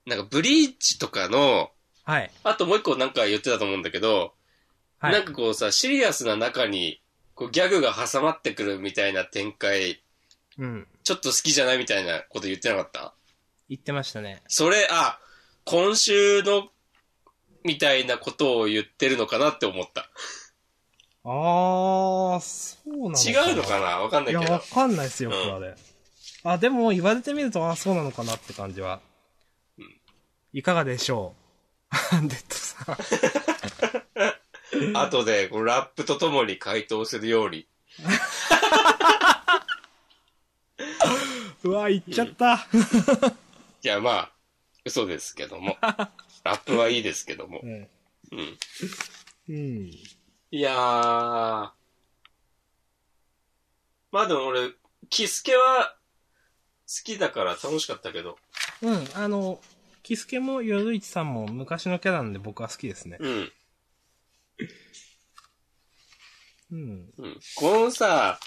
S1: なんか、ブリーチとかの、
S2: はい。
S1: あともう一個なんか言ってたと思うんだけど、
S2: はい。
S1: なんかこうさ、シリアスな中に、こうギャグが挟まってくるみたいな展開、
S2: うん。
S1: ちょっと好きじゃないみたいなこと言ってなかった
S2: 言ってましたね。
S1: それ、あ、今週の、みたいなことを言ってるのかなって思った。
S2: ああ、そうなの
S1: 違うのかなわかんないい
S2: や、
S1: け
S2: わ
S1: ど。
S2: かんないですよ、
S1: うん
S2: 僕あれ。あ、でも言われてみると、あ、そうなのかなって感じは。いかがでしょう [laughs] アンデッドさん。
S1: 後で、こうラップとともに回答するように。
S2: うわ、行っちゃった。
S1: いや、まあ、嘘ですけ
S2: [laughs]
S1: ども。ラップはいいですけども
S2: う。ん。
S1: うん。
S2: うん。
S1: いやー。まあでも俺、キスケは好きだから楽しかったけど。
S2: うん、あの、キスケもヨルイチさんも昔のキャラなんで僕は好きですね。
S1: うん。
S2: うん。
S1: うん。このさ、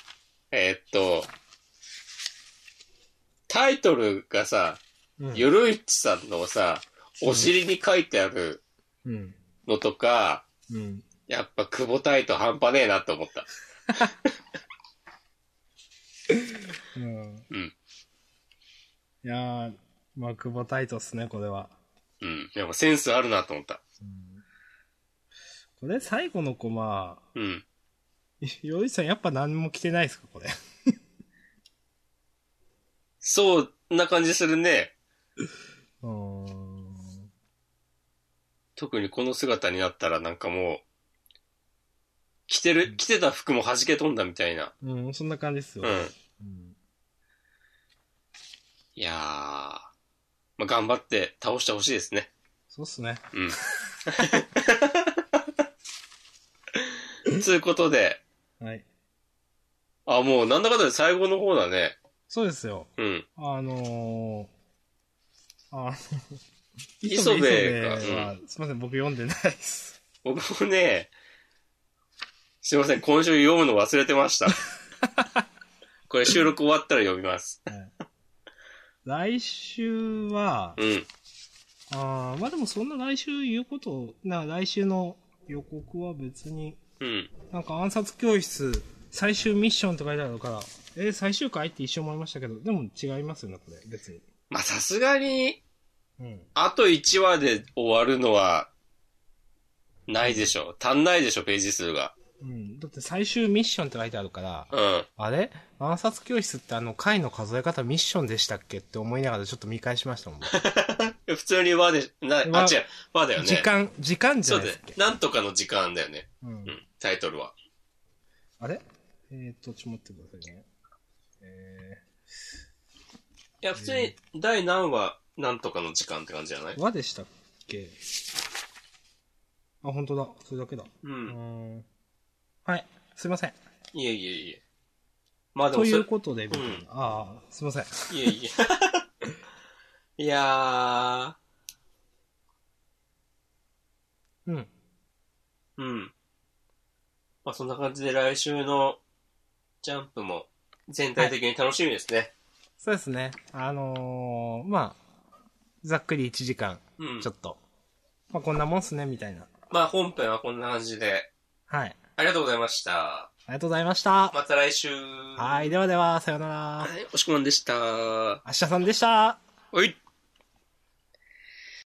S1: えーっと、タイトルがさ、
S2: うん。
S1: ゆるいちさんのさ、お尻に書いてある
S2: うん。
S1: のとか、
S2: うん。
S1: やっぱ久保タイト半端ねえなと思った。
S2: うん。
S1: うん。
S2: いやー、まあ、久保タイトっすね、これは。
S1: うん。でもセンスあるなと思った。
S2: これ最後のコマ、
S1: うん。
S2: [laughs] ヨルイチさんやっぱ何も着てないですか、これ。
S1: そんな感じするね。
S2: うーん。
S1: 特にこの姿になったらなんかもう、着てる、着てた服も弾け飛んだみたいな。
S2: うん、そんな感じっすよ
S1: う。ん。
S2: うん。
S1: いやー。まあ、頑張って倒してほしいですね。
S2: そうっすね。
S1: うん。つうことで、
S2: はい。
S1: あ、もうなんだかんだで最後の方だね。
S2: そうですよ。
S1: うん。
S2: あのー、あの、
S1: [laughs] 磯部が
S2: 磯部はすいません、僕読んでないです。
S1: 僕もね、すいません、今週読むの忘れてま [laughs] した。これ収録終わったら読みます。
S2: 来週は、
S1: うん。
S2: あーまあでもそんな来週言うこと、な、来週の予告は別に、
S1: うん。
S2: なんか暗殺教室、最終ミッションとか書いてあるから、えー最終回って一瞬思いましたけど、でも違いますよね、これ、別に。
S1: まあ、さすがに、
S2: うん。
S1: あと1話で終わるのは、ないでしょ。足んないでしょ、ページ数が。
S2: うん。だって最終ミッションって書いてあるから、
S1: うん。
S2: あれ暗殺教室ってあの回の数え方ミッションでしたっけって思いながらちょっと見返しましたもん。
S1: 普通に和で、な、あ、違う
S2: 和、
S1: 和だよね。
S2: 時間、時間じ
S1: そ
S2: ゃ
S1: う
S2: ない
S1: だ
S2: で
S1: よ
S2: すっけ。
S1: なんとかの時間だよね。
S2: う。
S1: うんん。タイトルは。
S2: あれえーと、ちょっと待ってくださいね。え
S1: いや、普通に、第何話、なんとかの時間って感じじゃない
S2: ー、和でしたっけあ、本当だ。それだけだ。
S1: う。
S2: うんーん。はい。すいません。
S1: いえいえいえ。まあで
S2: と
S1: も
S2: い
S1: そうれ、
S2: ことで、みたいな。
S1: うん
S2: ああ、すいません。
S1: いえいえ。い [laughs] や
S2: うん。
S1: ー、うん。まあそんな感じで来週のジャンプも全体的に楽しみですね。
S2: そうですね。あのー、まあ、ざっくり1時間、
S1: うん
S2: ちょ。っと。まあ、こんなもんっすね、みたいな。
S1: まあ本編はこんな感じで、
S2: はい。
S1: ありがとうございました。
S2: ありがとうございました。
S1: また来週。
S2: はい、ではでは、さようなら
S1: は。い。おしくまんでした。は
S2: 明日さんでした。
S1: い。